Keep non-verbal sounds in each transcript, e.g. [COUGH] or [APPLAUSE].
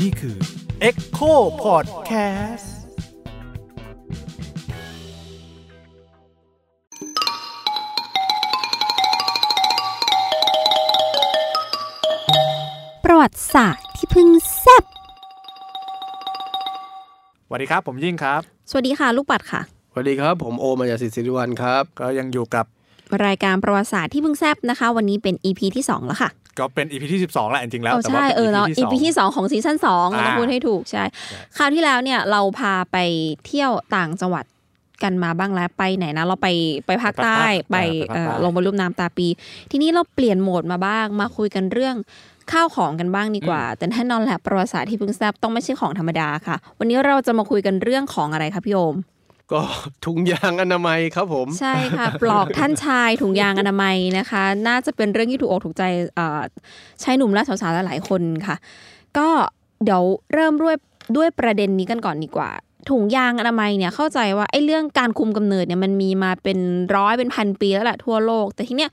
นี่คือ Echo Podcast ประวัติศาสตร์ที่เพิ่งแซ่บ สวัสดีครับ ผมยิ่งครับ สวัสดีค่ะ ลูกปัดค่ะ สวัสดีครับ ผมโอมาจากสิทธิสิริวัลครับ ก็ยังอยู่กับ รายการประวัติศาสตร์ที่เพิ่งแซ่บนะคะ วันนี้เป็น EP ที่ 2 แล้วค่ะ ก็เป็น EP ที่ 12 แล้วจริงๆแล้ว เอา แต่ว่า ใช่ ป็น เออเนาะ EP ที่ สอง 2 ของซีซั่น2อ่าเราต้องพูดให้ถูกใช่ คราวที่แล้วเนี่ยเราพาไปเที่ยวต่างจังหวัดกันมาบ้างแล้วไปไหนนะ เราไปไปภาคใต้ไป ไปภาคใต้ เอ่อ ไปภาคใต้ ลงบนรูปน้ำตาปี ทีนี้เราเปลี่ยนโหมดมาบ้าง มาคุยกันเรื่องข้าวของกันบ้างดีกว่า แต่แน่นอนแหละประวัติศาสตร์ที่เพิ่งแซ่บต้องไม่ใช่ของธรรมดาค่ะ วันนี้เราจะมาคุยกันเรื่องของอะไรคะพี่โอม ก็ ถุงยางอนามัยครับผม ใช่ค่ะ ปลอกท่านชายถุงยางอนามัยนะคะ น่าจะเป็นเรื่องที่ถูกอกถูกใจเอ่อชายหนุ่มและสาวๆหลายๆคนค่ะ ก็เดี๋ยวเริ่มด้วยด้วยประเด็นนี้กันก่อนดีกว่า ถุงยางอนามัยเนี่ยเข้าใจว่าไอ้เรื่องการคุมกำเนิดเนี่ยมันมีมาเป็นร้อยเป็นพันปีแล้วแหละทั่วโลก แต่ทีเนี้ย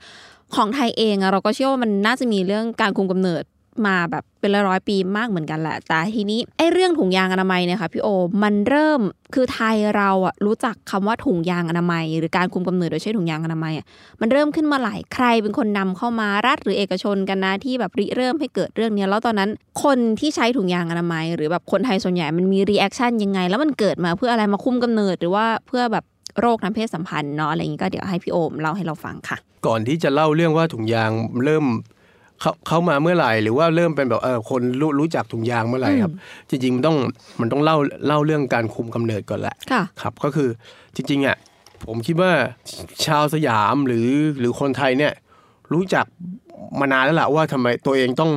ของไทยเองอะเราก็เชื่อว่ามันน่าจะมีเรื่องการคุมกำเนิดมาแบบเป็นร้อยๆปีมากเหมือนกันแหละ แต่ทีนี้ไอ้เรื่องถุงยางอนามัยเนี่ยค่ะพี่โอมันเริ่มคือไทยเราอะรู้จักคำว่าถุงยางอนามัย หรือการคุมกำเนิดโดยใช้ถุงยางอนามัยอะมันเริ่มขึ้นมาหลายใครเป็นคนนำเข้ามารัฐหรือเอกชนกันนะที่แบบริเริ่มให้เกิดเรื่องเนี้ยแล้วตอนนั้นคนที่ใช้ถุงยางอนามัย หรือแบบคนไทยส่วนใหญ่มันมีรีแอคชั่นยังไง แล้วมันเกิดมาเพื่ออะไรมาคุมกำเนิดหรือว่าเพื่อแบบโรคทางเพศสัมพันธ์เนาะอะไรอย่างงี้ก็เดี๋ยวให้พี่โอมเล่าให้เราฟังค่ะ ก่อนที่จะเล่าเรื่องว่าถุงยางเริ่มเข้าเข้ามาเมื่อไหร่ หรือว่าเริ่มเป็นแบบเออคนรู้รู้จักถุงยางเมื่อไหร่ครับ จริงๆมันต้องมันต้องเล่าเล่าเรื่องการคุมกำเนิดก่อนแหละ ค่ะ ครับก็คือจริงๆอ่ะผมคิดว่าชาวสยามหรือหรือคนไทยเนี่ยรู้จักมานานแล้วล่ะว่าทำไมตัวเองต้อง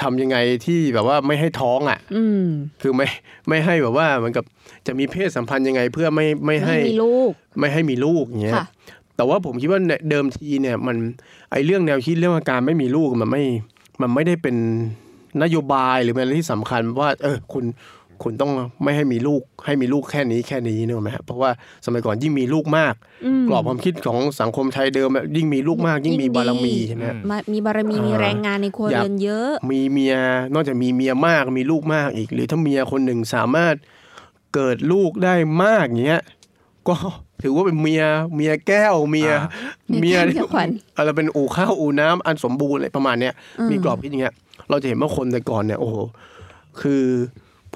ทำยังไงที่แบบว่าไม่ให้ท้องอ่ะ อืม คือไม่ [LAUGHS] ไม่ให้แบบว่าเหมือนกับจะมีเพศสัมพันธ์ยังไงเพื่อไม่ไม่ ไม่ ให้ มีลูก ไม่ให้มีลูกอย่างเงี้ย ค่ะ แต่ว่าผมคิดว่าเดิมทีเนี่ยมันไอเรื่องแนวคิดเรื่องอาการไม่มีลูกมันไม่มันไม่ได้เป็นนโยบายหรือเป็นอะไรที่สำคัญว่า เออคุณคุณต้องไม่ให้มีลูก ให้มีลูกแค่นี้แค่นี้เนกอะไหมฮะเพราะว่าสมัยก่อนยิ่งมีลูกมาก อืม กรอบความคิดของสังคมไทยเดิมอะยิ่งมีลูกมาก ยิ่งมีบารมีใช่ไหมฮะ มามีบารมี อ่ามี มีแรงงานในครัว อยาก เรือนเยอะ มีเมียนอกจากมีเมียมากมีลูกมากอีก หรือถ้าเมียคนหนึ่งสามารถเกิดลูกได้มากอย่างเงี้ยก็ถือว่าเป็นเมียเมียแก้วเมีย อ่า เมียแก้ว ที่ เมียขวัญ อะไรเป็นอู่ข้าวอู่น้ำอันสมบูรณ์อะไรประมาณเนี้ยมีกรอบคิดอย่างเงี้ยเราจะเห็นว่าคนแต่ก่อนเนี่ยโอ้โหคือ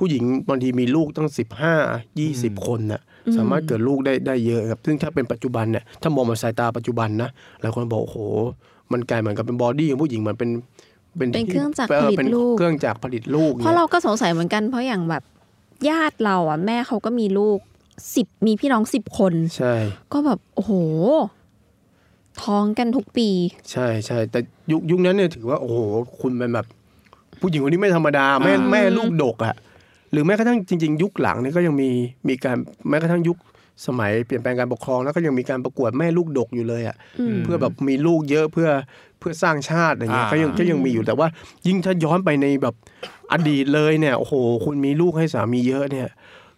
ผู้หญิงบางทีมีลูกตั้งสิบห้ายี่สิบคนน่ะสามารถเกิดลูกได้ได้เยอะครับซึ่งถ้าเป็นปัจจุบันเนี่ยถ้ามองมาสายตาปัจจุบันนะหลายคนบอกโอ้โห มันกลายเหมือนกับเป็นบอดี้ของผู้หญิงเหมือนเป็น เป็นเครื่องจักร เ ผลิต เป็น ลูก เครื่องจักรผลิตลูก เพราะ นี่ย เราก็สงสัยเหมือนกันเพราะอย่างแบบญาติเราอ่ะแม่เขาก็มีลูกสิบมีพี่น้องสิบคน ใช่ ก็แบบ โอ้โห ท้องกันทุกปี ใช่ใช่ แต่ยุคยุคนั้นเนี่ยถือว่าโอ้โหคุณเป็นแบบ ผู้หญิงคนนี้ไม่ธรรมดาแม่ อืม แม่ลูกดกอะหรือแม้กระทั่งจริง ๆ ยุคหลังเนี่ยก็ยังมีมีการแม้กระทั่งยุคสมัยเปลี่ยนแปลงการปกครองแล้วก็ยังมีการประกวดแม่ลูกดกอยู่เลยอะ อืม เพื่อแบบมีลูกเยอะเพื่อเพื่อสร้างชาติอะไรเงี้ย อ่า ก็ยังก็ยังมีอยู่แต่ว่า ยิ่งถ้าย้อนไปในแบบอดีตเลยเนี่ยโอ้โห คุณมีลูกให้สามีเยอะเนี่ย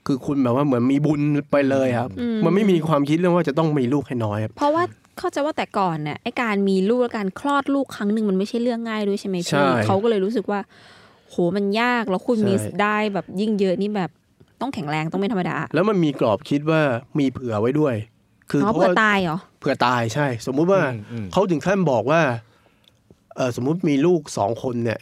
คือคุณแบบว่าเหมือนมีบุญไปเลยครับ อืม มันไม่มีความคิดเรื่องว่าจะต้องมีลูกให้น้อยครับ เพราะว่าเข้าใจว่าแต่ก่อนเนี่ยไอการมีลูกและการคลอดลูกครั้งหนึ่งมันไม่ใช่เรื่องง่ายด้วยใช่ไหม ใช่ พี่เขาก็เลยรู้สึกว่า โหมันยากแล้วคุณ ใช่ มีได้แบบยิ่งเยอะนี่แบบต้องแข็งแรงต้องไม่ธรรมดา แล้วมันมีกรอบคิดว่ามีเผื่อไว้ด้วย คือ เพราะ เพราะ เผื่อ ว่า ตายเหรอ เผื่อตายใช่ สมมุติว่า อืมอืม เขาถึงขั้นบอกว่าเออสมมุติมีลูกสองคนเนี่ย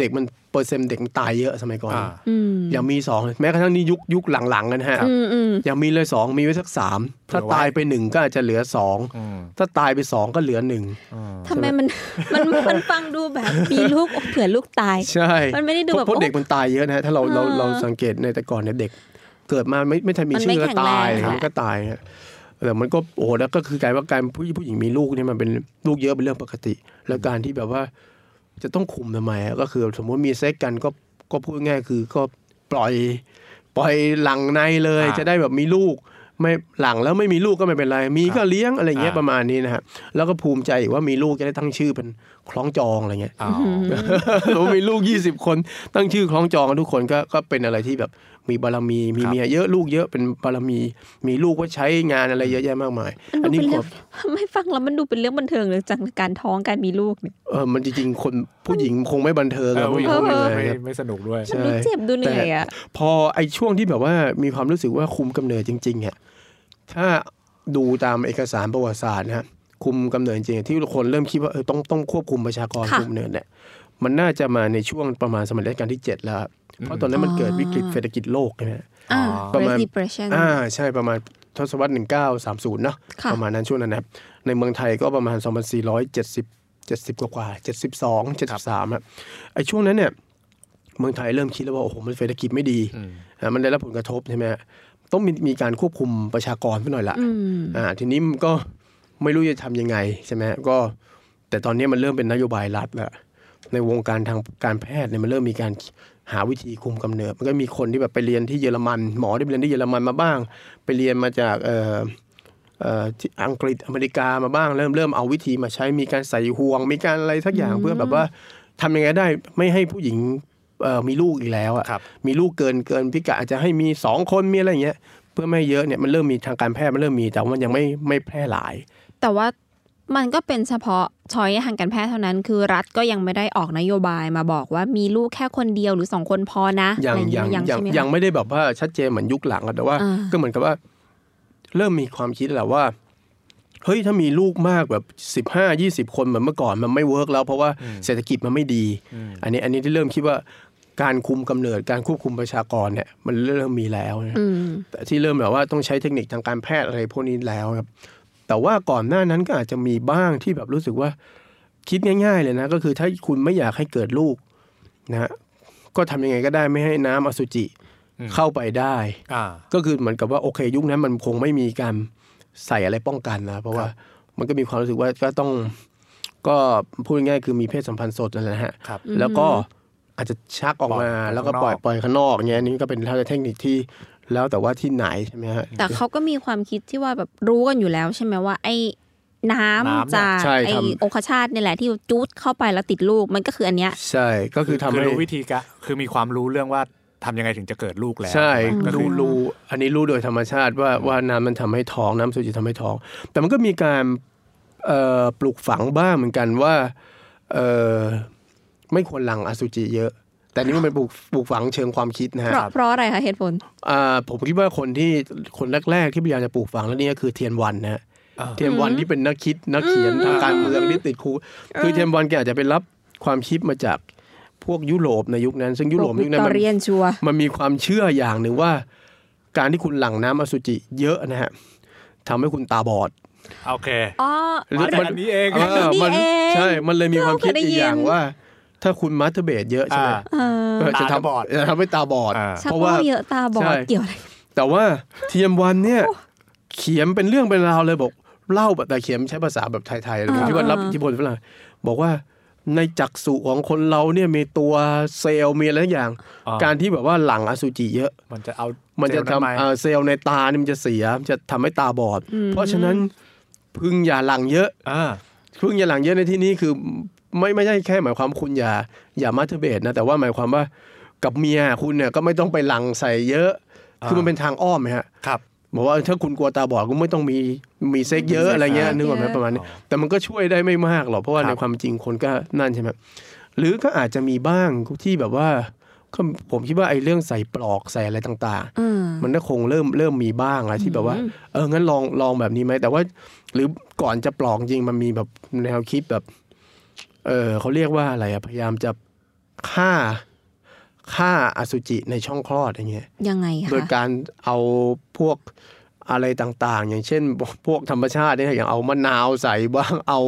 เด็กมันเปอร์เซ็นต์เด็กมันตายเยอะสมัยก่อน อ่า อืม อย่ามีสองแม้กระทั่งนี่ยุคยุคหลังๆกันนะฮะ อืมอืม อย่ามีเลยสองมีไว้สักสามถ้า เผื่อไว้ ตายไปหนึ่งก็อาจจะเหลือสอง อืม ถ้าตายไปสองก็เหลือหนึ่ง อืม ทำไมมันมันมันฟังดูแบบมีลูกเผื่อลูกตาย ใช่ มันไม่ได้ดูแบบ เพราะ โอ้ เด็กมันตายเยอะนะฮะถ้าเราเรา อ่า เราสังเกตในแต่ก่อนเนี่ยเด็ก เกิดมาไม่ไม่ทันมี มันไม่ ชื่อก็ แข็งแรง ตาย ค่ะ มันก็ตายฮะแต่มันก็โอ้โหแล้วก็คือกลายว่าการผู้ผู้หญิงมีลูกเนี่ยมันเป็นลูกเยอะเป็นเรื่องปกติ แล้วการที่แบบว่าจะต้องคุมทำไมฮะก็คือสมมติมีเซ็กกันก็ก็พูดง่ายคือก็ปล่อย ปล่อยหลังในเลย อ่า จะได้แบบมีลูกไม่หลังแล้วไม่มีลูกก็ไม่เป็นไร มีก็เลี้ยงอะไรเงี้ย อ่า ประมาณนี้นะฮะแล้วก็ภูมิใจอีกว่ามีลูกจะได้ตั้งชื่อเป็นคล้องจองอะไรเงี้ย อ๋อ [LAUGHS] หรือว่ามีลูก 20 คนตั้งชื่อคล้องจองกันทุกคนก็ก็เป็นอะไรที่แบบ มีบารมีมี ครับ เมียเยอะลูกเยอะเป็นบารมี มีลูกก็ใช้งานอะไรเยอะแยะมากมาย มั อั น น ดู นี้ เป็กนเรื่อ ฎ งไม่ฟังแล้วมันดูเป็นเรื่องบันเทิงเลยจากการท้องการมีลูกเนี่ย เออมันจริงๆ คนผู้หญิงคงไม่บันเทิง เอ อะ อ ผู้หญิง ไม่ คงไม่ ไม่ เลยครับ ไม่สนุกด้วย ใช่ มันดูเจ็บดูเหนื่อยอ่ะ พอไอช่วงที่แบบว่ามีความรู้สึกว่าคุมกำเนิดจริงๆเนี่ยถ้าดูตามเอกสารประวัติศาสตร์นะฮะคุมกำเนิดจริงๆที่คนเริ่มคิดว่าเออต้องต้องควบคุมประชากรคุมกำเนิดเนี่ยมันน่าจะมาในช่วงประมาณสมัยรัชกาลที่ 7 แล้วครับเพราะตอนนั้นมันเกิดวิกฤตเศรษฐกิจโลกใช่ไหมฮะ อ่า ประมาณ Great depression อ่าใช่ประมาณทศวรรษ 1930 เนาะ ค่ะ ประมาณนั้นช่วงนั้นนะครับในเมืองไทยก็ประมาณ 2470 70 กว่ากว่าๆ72 73ครับไอ้ช่วงนั้นเนี่ยเมืองไทยเริ่มคิดแล้วว่าโอ้โหมันเศรษฐกิจไม่ดีอ่ามันได้รับผลกระทบใช่ไหมฮะต้องมีมีการควบคุมประชากรไปหน่อยละ อืม อ่าทีนี้มันก็ไม่รู้จะทำยังไงใช่ไหมฮะก็แต่ตอนนี้มันเริ่มเป็นนโยบายรัฐแล้วในวงการทางการแพทย์เนี่ยมันเริ่มมีการหาวิธีคุมกำเนิด มันก็มีคนที่แบบไปเรียนที่เยอรมัน หมอที่ไปเรียนที่เยอรมันมาบ้าง ไปเรียนมาจากเอ่อ เอ่อที่อังกฤษอเมริกามาบ้างเริ่มเริ่มเอาวิธีมาใช้มีการใส่ห่วง มีการอะไรสักอย่างเพื่อแบบว่าทำยังไงได้ไม่ให้ผู้หญิงเอ่อมีลูกอีกแล้วอะ ครับ มีลูกเกินเกินพิกัดอาจจะให้มีสองคนมีอะไรอย่างเงี้ยเพื่อไม่ให้เยอะเนี่ยมันเริ่มมีทางการแพทย์มันเริ่มมีแต่ว่ามันยังไม่ไม่แพร่หลาย แต่ว่ามันก็เป็นเฉพาะช้อยทางการแพทย์เท่านั้น คือรัฐก็ยังไม่ได้ออกนโยบายมาบอกว่ามีลูกแค่คนเดียวหรือสองคนพอนะ ยัง อะไรอ ยังยังเใช่ไหมคะ ยังไม่ได้แบบว่าชัดเจนเหมือนยุคหลังอะแต่ว่า อ่า ก็เหมือนกับว่า เริ่มมีความคิดแหละว่าเฮ้ยถ้ามีลูกมากแบบสิบห้ายี่สิบคนเหมือนเมื่อก่อนมันไม่เวิร์กแล้วเพราะว่าเศรษฐกิจมันไม่ดี อันนี้อันนี้ที่เริ่มคิดว่าการคุมกำเนิดการควบคุมประชากรเนี่ย มันเริ่มมีแล้วนะ อืม แต่ที่เริ่มแบบว่าต้องใช้เทคนิคทางการแพทย์อะไรพวกนี้แล้วครับ แต่ว่าก่อนหน้านั้นก็อาจจะมีบ้างที่แบบรู้สึกว่า คิดง่าย ๆ เลยนะ ก็คือถ้าคุณไม่อยากให้เกิดลูกนะฮะก็ทำยังไงก็ได้ไม่ให้น้ำอสุจิเข้าไปได้ อ่า ก็คือเหมือนกับว่าโอเค ยุคนั้นมันคงไม่มีการใส่อะไรป้องกันนะเพราะว่ามันก็มีความรู้สึกว่าก็ต้องก็พูดง่ายๆคือมีเพศสัมพันธ์สดนั่นแหละฮะ ครับ แล้วก็อาจจะชักออกมา ปล่อย แล้วก็ ป ปล่ล่ออย ยปล่อยข้างนอกเงี้ยอันนี่ก็เป็นเทคนิคที่แล้วแต่ว่าที่ไหนใช่ไหมฮะ แต่เขาก็มีความคิดที่ว่าแบบรู้กันอยู่แล้วใช่ไหมว่า ไอ้น้ น้ำเนี่ย ำจาก ใช่ ไอ้ ครับ โอคชาตเนี่ยแหละที่จูดเข้าไปแล้วติดลูกมันก็คืออันเนี้ย ใช่ก็คือทำ คือ ให้ รู้วิธีกะคือมีความรู้เรื่องว่าทำยังไงถึงจะเกิดลูกแล้ว ใช่ ก็คื รู้ อ รู้อันนี้รู้โดยธรรมชาติว่าว่าน้ำมันทำให้ท้องน้ำสุจิทำให้ท้อง แต่มันก็มีการเอ่อปลูกฝังบ้างเหมือนกันว่าเอ่อไม่ควรหลังอสุจิเยอะ แต่อันนี่มันเป็นปลูกปลูกฝังเชิงความคิดนะฮะ เพราะเพราะอะไรคะเหตุผล อ่าผมคิดว่าคนที่คนแรกๆที่พยายามจะปลูกฝังแล้วนี่ก็คือเทียนวันนะฮะ อ่า เทียนวันที่เป็นนักคิดนักเขียนทางการเมืองที่ติดคุกคือเทียนวันแกอาจจะไปรับความคิดมาจากพวกยุโรปในยุคนั้น ซึ่งยุโรป วิ ยุ ก คนั้ ต น อ มัน เรียนชัวร์ มันมีความเชื่ออย่างหนึ่งว่า การที่คุณหลั่งน้ำอสุจิเยอะนะฮะทำให้คุณตาบอด โอเค อ๋อ หรื มันอันนี้เอง เออ นี่ มั เอง ใช่ มันเลยมีความคิด เราเคยได้ อีกอย่าง ยิน ว่า ถ้าคุณมัสเตอร์เบตเยอะใช่ไหม อ่าเอเอออจะ ตาจะ ทำ บอด จะทำให้ตาบอด อ่า ชัก เพราะว่า ว่าเยอะตาบอ ใช่ ดเกี่ยวอะไร แต่ว่าเทียมวันเนี่ย เขียนเป็นเรื่องเป็นราวเลยบอกเล่าแบบแต่เขียนใช้ภาษาแบบไทยๆเลยผม อ่า คิดว่ารับอิทธิพลฝรั่งบอกว่าในจักษุของคนเราเนี่ยมีตัวเซลล์มีอะไรสักอย่าง อ่า การที่แบบว่าหลั่งอสุจิเยอะ มันจะเอา มันจะ เซลทำล์ไม เอ่อเซลล์ในตาเนี่ยมันจะเสียมันจะทำให้ตาบอด เพราะฉะนั้นพึงอย่าหลังเยอะ อ่า พึงอย่าหลังเยอะในที่นี้คือไม่ไม่ใช่แค่หมายความคุณอย่าอย่ามาเทเบตนะแต่ว่าหมายความว่ากับเมียคุณเนี่ยก็ไม่ต้องไปหลังใส่เยอะ คือมันเป็นทางอ้อมไหมฮะ ครับ บอกว่าถ้าคุณกลัวตาบอดก็ไม่ต้องมีมีเซ็กเยอะอะไรเงี้ย เยอะ นึกออกไหมประมาณนี้แต่มันก็ช่วยได้ไม่มากหรอกเพราะว่าในความจริงคนก็นั่นใช่ไหมหรือก็อาจจะมีบ้างที่แบบว่าก็ผมคิดว่าไอ้เรื่องใส่ปลอกใส่อะไรต่าง ๆ อืม มันก็คงเริ่มเริ่มมีบ้างอะที่แบบว่า เอองั้นลองลองแบบนี้ไหมแต่ว่า หรือก่อนจะปลอกจริงมันมีแบบแนวคิดแบบ เออเขาเรียกว่าอะไรอะพยายามจะฆ่าฆ่าอสุจิในช่องคลอดอย่างเงี้ย ยังไง โดย คะ การเอาพวกอะไรต่างๆ อย่างเช่น พวกธรรมชาติเนี่ยอย่างเอามะนาวใส่บ้างเอา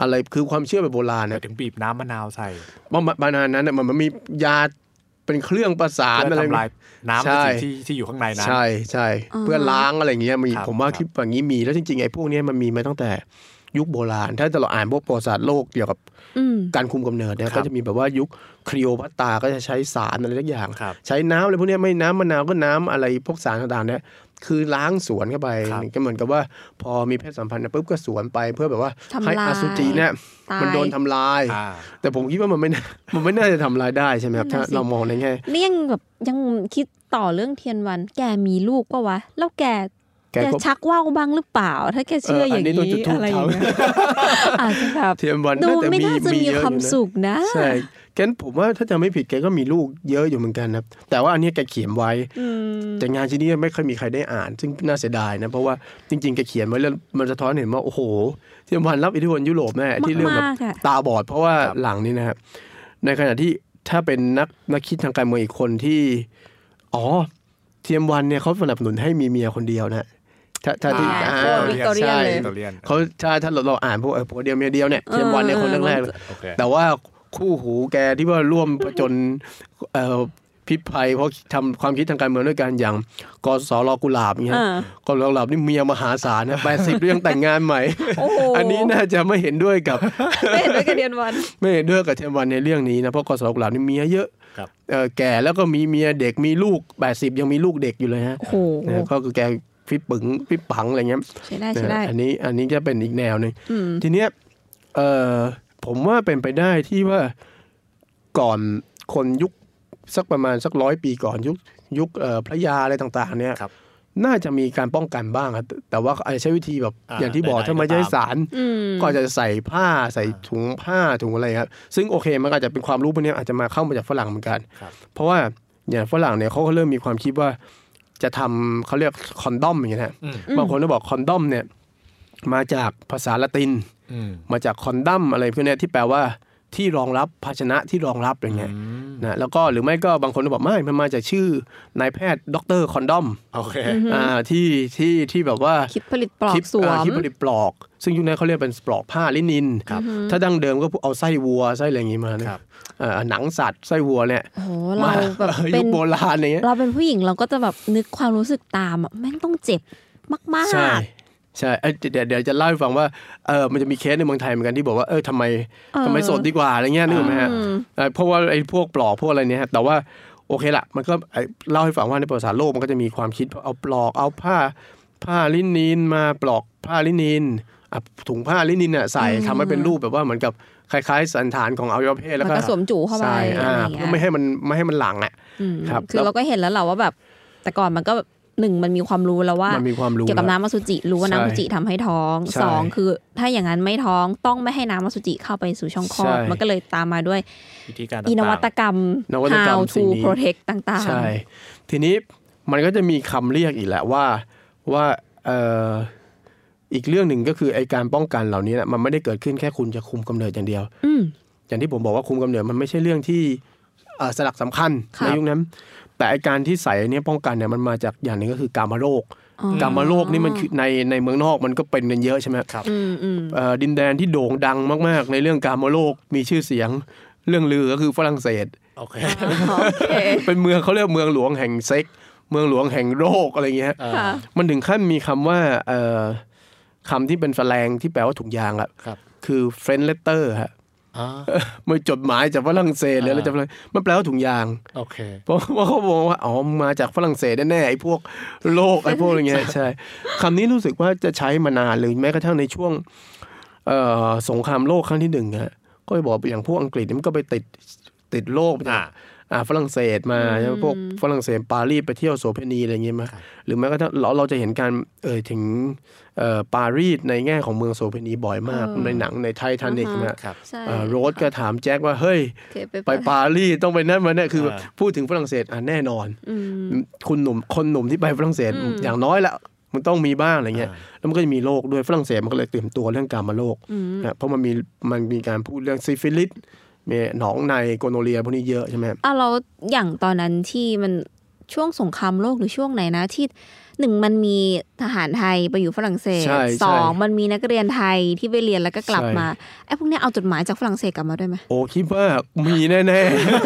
อะไรคือความเชื่อแบบโบราณ หมา เนี่ย ยถึงบีบน้ำมะนาวใส่ ว่ามาณนั้นเนี่ยมันมียาเป็นเครื่องประสาน เพื่ อะ อ ไร ทำลายน้ำ ใช่ สิ่งที่ที่อยู่ข้างในนั้น ใช่ใช่ อ่าฮะ เพื่อล้างอะไรอย่างเงี้ยมี ครับ ผมว่า ครับ คลิปอย่างนี้มีแล้วจริงๆไอ้พวกเนี้ยมันมีมาตั้งแต่ยุคโบราณ ถ้าเราอ่านพวกประวัติศาสตร์โลกเกี่ยวกับ อืม การคุมกำเนิดเนี่ยก็จะมีแบบว่ายุคคลีโอพัตราก็จะใช้สารอะไรทุกอย่าง ครับ ใช้น้ำอะไรพวกเนี้ยไม่น้ำมะนาวก็น้ำอะไรพวกสารต่างๆเนี่ย คือล้างสวนเข้าไป ครับ ก็เหมือนกับว่า พอมีเพศสัมพันธ์นะปุ๊บก็สวนไปเพื่อแบบว่า ทำลาย ให้อสุจิเนี่ย ตาย มันโดนทำลาย อ่า แต่ผมคิดว่ามันไม่น่า [LAUGHS] มันไม่น่าจะทำลายได้ใช่ไหมครับ นั่ ถ้าน น่ะสิ เรามองในแง่ นี่ยังแบบยังคิดต่อเรื่องเทียนวัน แกมีลูกปะวะ แล้วแก แก แก ก็ ชักว่าวบ้างหรือเปล่า ถ้าแกเชื่ออย่าง เอออันนี้ต้องจุดธูป อะไรอย่างเงี้ยอาจจะแบบ เทียนวัน ดู น่าจะ ไม่ มี น่าจะ มี มี เยอะ ความ อยู่นะ สุขนะ ใช่แกนผมว่าถ้าจะไม่ผิดแกก็มีลูกเยอะอยู่เหมือนกันนะครับ แต่ว่าอันเนี้ยแกเขียนไว้ อืม แต่งานชิ้นนี้ไม่เคอยมีใครได้อ่าน ซึ่งน่าเสียดายนะ เพราะว่าจริงๆแกเขียนไว้แล้วมันสะท้อนเห็นว่า โอ้โหเทียมพันรับอิทธิพลยุโรปแน่ที่เรื่องแบบ มากๆอะ ตาบอด เพราะว่า ครับ หลังนี้นะครับในขณะที่ถ้าเป็นนักนักคิดทางการเมืองอีกคนที่ อ๋อ เทียมวันเนี่ยเขาสนับสนุนให้มีเมียคนเดียวนะถ้าถ้าที่ อ่า อ่า โคตร วิกตอเรียน ใช่ เลย วิกตอเรียน เขาถ้าถ้าเราเราอ่านพวกเออผัวเดียวเมียเดียวเนี่ยเทียมวันเนี่ยคนแรกๆเลย โอเค แต่ว่าคู่หูแกที่ว่าร่วมผจญ เอ่อพิษภัย เพราะทำความคิดทางการเมืองด้วยกันอย่างกสรกุหลาบเนี่ย อ่า กสรกุหลาบนี่เมียมหาศาลนะแปดสิบเรื่องแต่งงานใหม่ โอ้โห อันนี้น่าจะไม่เห็นด้วยกับ ไม่เห็นด้วยกับเทียนวัน ไม่เห็นด้วยกับเทมวันในเรื่องนี้นะเพราะกสรกุหลาบนี่เมียเยอะ ครับ เอ่อแก่แล้วก็มีเมียเด็กมีลูก 80 ยังมีลูกเด็กอยู่เลยฮะ โอ้โห นะก็คือแกฟิปปึงฟิปปังอะไรเงี้ย ใช้ได้ใช้ได้ นะอันนี้อันนี้จะเป็นอีกแนวหนึ่ง อืม ทีเนี้ยเออผมว่าเป็นไปได้ที่ว่าก่อนคนยุคสักประมาณสักร้อยปีก่อนยุคยุคเอ่อพระยาอะไรต่างๆ เนี่ย ครับ น่าจะมีการป้องกันบ้างครับแต่แต่ว่าอาจจะใช้วิธีแบบ อ่า อย่างที่บอก ใดๆ ถ้าไม่ใช่ ก็ตาม สาร อืม ก็อาจจะใส่ผ้าใส่ถุงผ้าถุงอะไรครับซึ่งโอเคมันก็อาจจะเป็นความรู้พวกเนี้ยอาจจะมาเข้ามาจากฝรั่งเหมือนกัน ครับ เพราะว่าอย่างฝรั่งเนี่ยเขาก็เริ่มมีความคิดว่าจะทำเขาเรียกคอนดอมอย่างเงี้ยนะ อืม บางคนก็บอกคอนดอมเนี่ยมาจากภาษาละติน อืม มาจากคอนดัมอะไรพวกเนี้ยที่แปลว่าที่รองรับภาชนะที่รองรับอย่างเงี้ยนะแล้วก็หรือไม่ก็บางคนก็บอกไม่มันมาจากชื่อนายแพทย์ด็อกเตอร์คอนดอม โอเค อ่าที่ที่ที่แบบว่า คิดผลิตปลอกสว อ่าม คิดผลิตปลอก ซึ่งยุคนั้นเขาเรียกเป็นปลอกผ้าลินิน ครับ ถ้าดั้งเดิมก็เอาไส้วัวไส้อะไรอย่างงี้มานะครับ อ่าหนังสัตว์ไส้วัวเนี่ย โอ้โหเราแบบ มา เป็ ยุ น คโบราณอย่างเงี้ย เราเป็นผู้หญิงเราก็จะแบบนึกความรู้สึกตามอ่ะแม่งต้องเจ็บมาก ใช่ ๆ ใช่เอ้ยเดี๋ยวเดี๋ยวจะเล่าให้ฟังว่าเออมันจะมีเคสในเมืองไทยเหมือนกันที่บอกว่าเออทำไม เออ ทำไมสดดีกว่าอะไรเงี้ยนึกออกไหมฮะ อืม เอ่อเพราะว่าไอ้พวกปลอกพวกอะไรเนี่ยฮะแต่ว่าโอเคละมันก็ไอ้เล่าให้ฟังว่าในประวัติศาสตร์โลกมันก็จะมีความคิดเอาปลอกเอาผ้า ผ้าลินินมาปลอกผ้าลินินอ่ะถุงผ้าลินินอ่ะใส่ อืม ทำให้เป็นรูปแบบว่าเหมือนกับคล้ายๆ สันฐานของอวัยวะเพศ มั แล้ว น ก็ ก็สวมจู่เข้าไป ใส่ อะ อ่า ไรอย่าง เพื่ เงี้ อย ไม่ให้มันไม่ให้มันหลังอ่ะ อืม ครับ คือ แล้ว เราก็เห็นแล้วแหละว่าแบบ แต่ก่อนมันก็หนึ่งมันมีความรู้แล้วว่า มันมีความรู้ เกี่ยวกับ แล้ว น้ำอสุจิรู้ว่าน้ำอ ใช่ สุจิทำให้ท้อง ใช่ สองคือ ถ้าอย่างนั้นไม่ท้องต้องไม่ให้น้ำอสุจิเข้าไปสู่ช่องคลอด ใช่ มันก็เลยตามมาด้วย วิธีการ อินวัต ต่าง กรรม นวัตกรรม how สิ่ to งนี้ protect ต่าง ใช่ ทีนี้มันก็จะมีคำเรียกอีกแหละว่าว่าเอ่ออีกเรื่องหนึ่งก็คือไอการป้องกันเหล่านี้นะมันไม่ได้เกิดขึ้นแค่คุณจะคุมกำเนิดอย่างเดียว ๆ อืม อย่างที่ผมบอกว่าคุมกำเนิดมันไม่ใช่เรื่องที่เอ่อสลักสำคัญ ค่ะ ในยุคนั้น แต่ไอ้การที่ใส่อันเนี้ยป้องกันเนี่ยมันมาจากอย่างหนึ่งก็คือกามโรค อ๋อก ามโรคนี่มันคือในในเมืองนอกมันก็เป็นกันเยอะใช่ไหม ครับ อืมอืม เอ่อดินแดนที่โด่งดังมาก ๆ ในเรื่องกามโรคมีชื่อเสียงเรื่องลือก็คือฝรั่งเศส ๆโอเค โอเค เป็นเมืองเขาเรียกเมืองหลวงแห่งเซ็ก เมืองหลวงแห่งโรคอะไรอย่างเงี้ย เอ่อ ค่ะ มันถึงขั้นมีคำว่าเอ่อคำที่เป็นแสลงที่แปลว่าถุงยางอะ ครับ คือ friend letter ฮะ อ่า มันจดหมายจากฝรั่งเศสหรืออะไร อ่า จากอะไรมันแปลว่าถุงยาง โอเค เพราะ [LAUGHS] ว่าเขาบอกว่าอ๋อมาจากฝรั่งเศสแน่ๆไอ้พวกโล [LAUGHS] กไอ้พวกอะไรเงี้ยใช่คำนี้รู้สึกว่าจะใช้มานานหรือแม้กระทั่งในช่วงเอ่อสงครามโลกครั้งที่หนึ่งฮะก็ไปบอกอย่างพวกอังกฤษเนี่ยมันก็ไปติดติดโลกมาจาก อ่า อ่าฝรั่งเศสมาใช่ไหมพวกฝรั่งเศสปารีสไปเที่ยวโสเพณีอะไรเงี้ยมาหรือแม้กระทั่งเราเราจะเห็นการเอ่ยถึงเอ่อปารีสในแง่ของเมืองโสเพณีบ่อยมาก เออ ในหนังในไททานิกนะครับ ใช่ เอ่อโรสก็ถามแจ็คว่าเฮ้ย โอเคไป ไปปารีสต้องไปนั่นมาเนี่ยคือ อ่า พูดถึงฝรั่งเศสอ่ะแน่นอน อืม คุณหนุ่มคนหนุ่มที่ไปฝรั่งเศส อืม อย่างน้อยละมันต้องมีบ้างอะไรเงี้ยแล้วมันก็จะมีโรคด้วยฝรั่งเศสมันก็เลยเตรียมตัวเรื่องการมาโรค อืม นะเพราะมันมีมันมีการพูดเรื่องซิฟิลิสมีหนองในโกโนเรียพวกนี้เยอะใช่ไหม อ่ะเราอย่างตอนนั้นที่มันช่วงสงครามโลกหรือช่วงไหนนะที่หนึ่งมันมีทหารไทยไปอยู่ฝรั่งเศส ใช่ใช่ สองมันมีนักเรียนไทยที่ไปเรียนแล้วก็กลับ ใช่ มาไอ้พวกเนี้ยเอาจดหมายจากฝรั่งเศสกลับมาด้วยไหม โอ้คิดว่ามีแน่ [LAUGHS]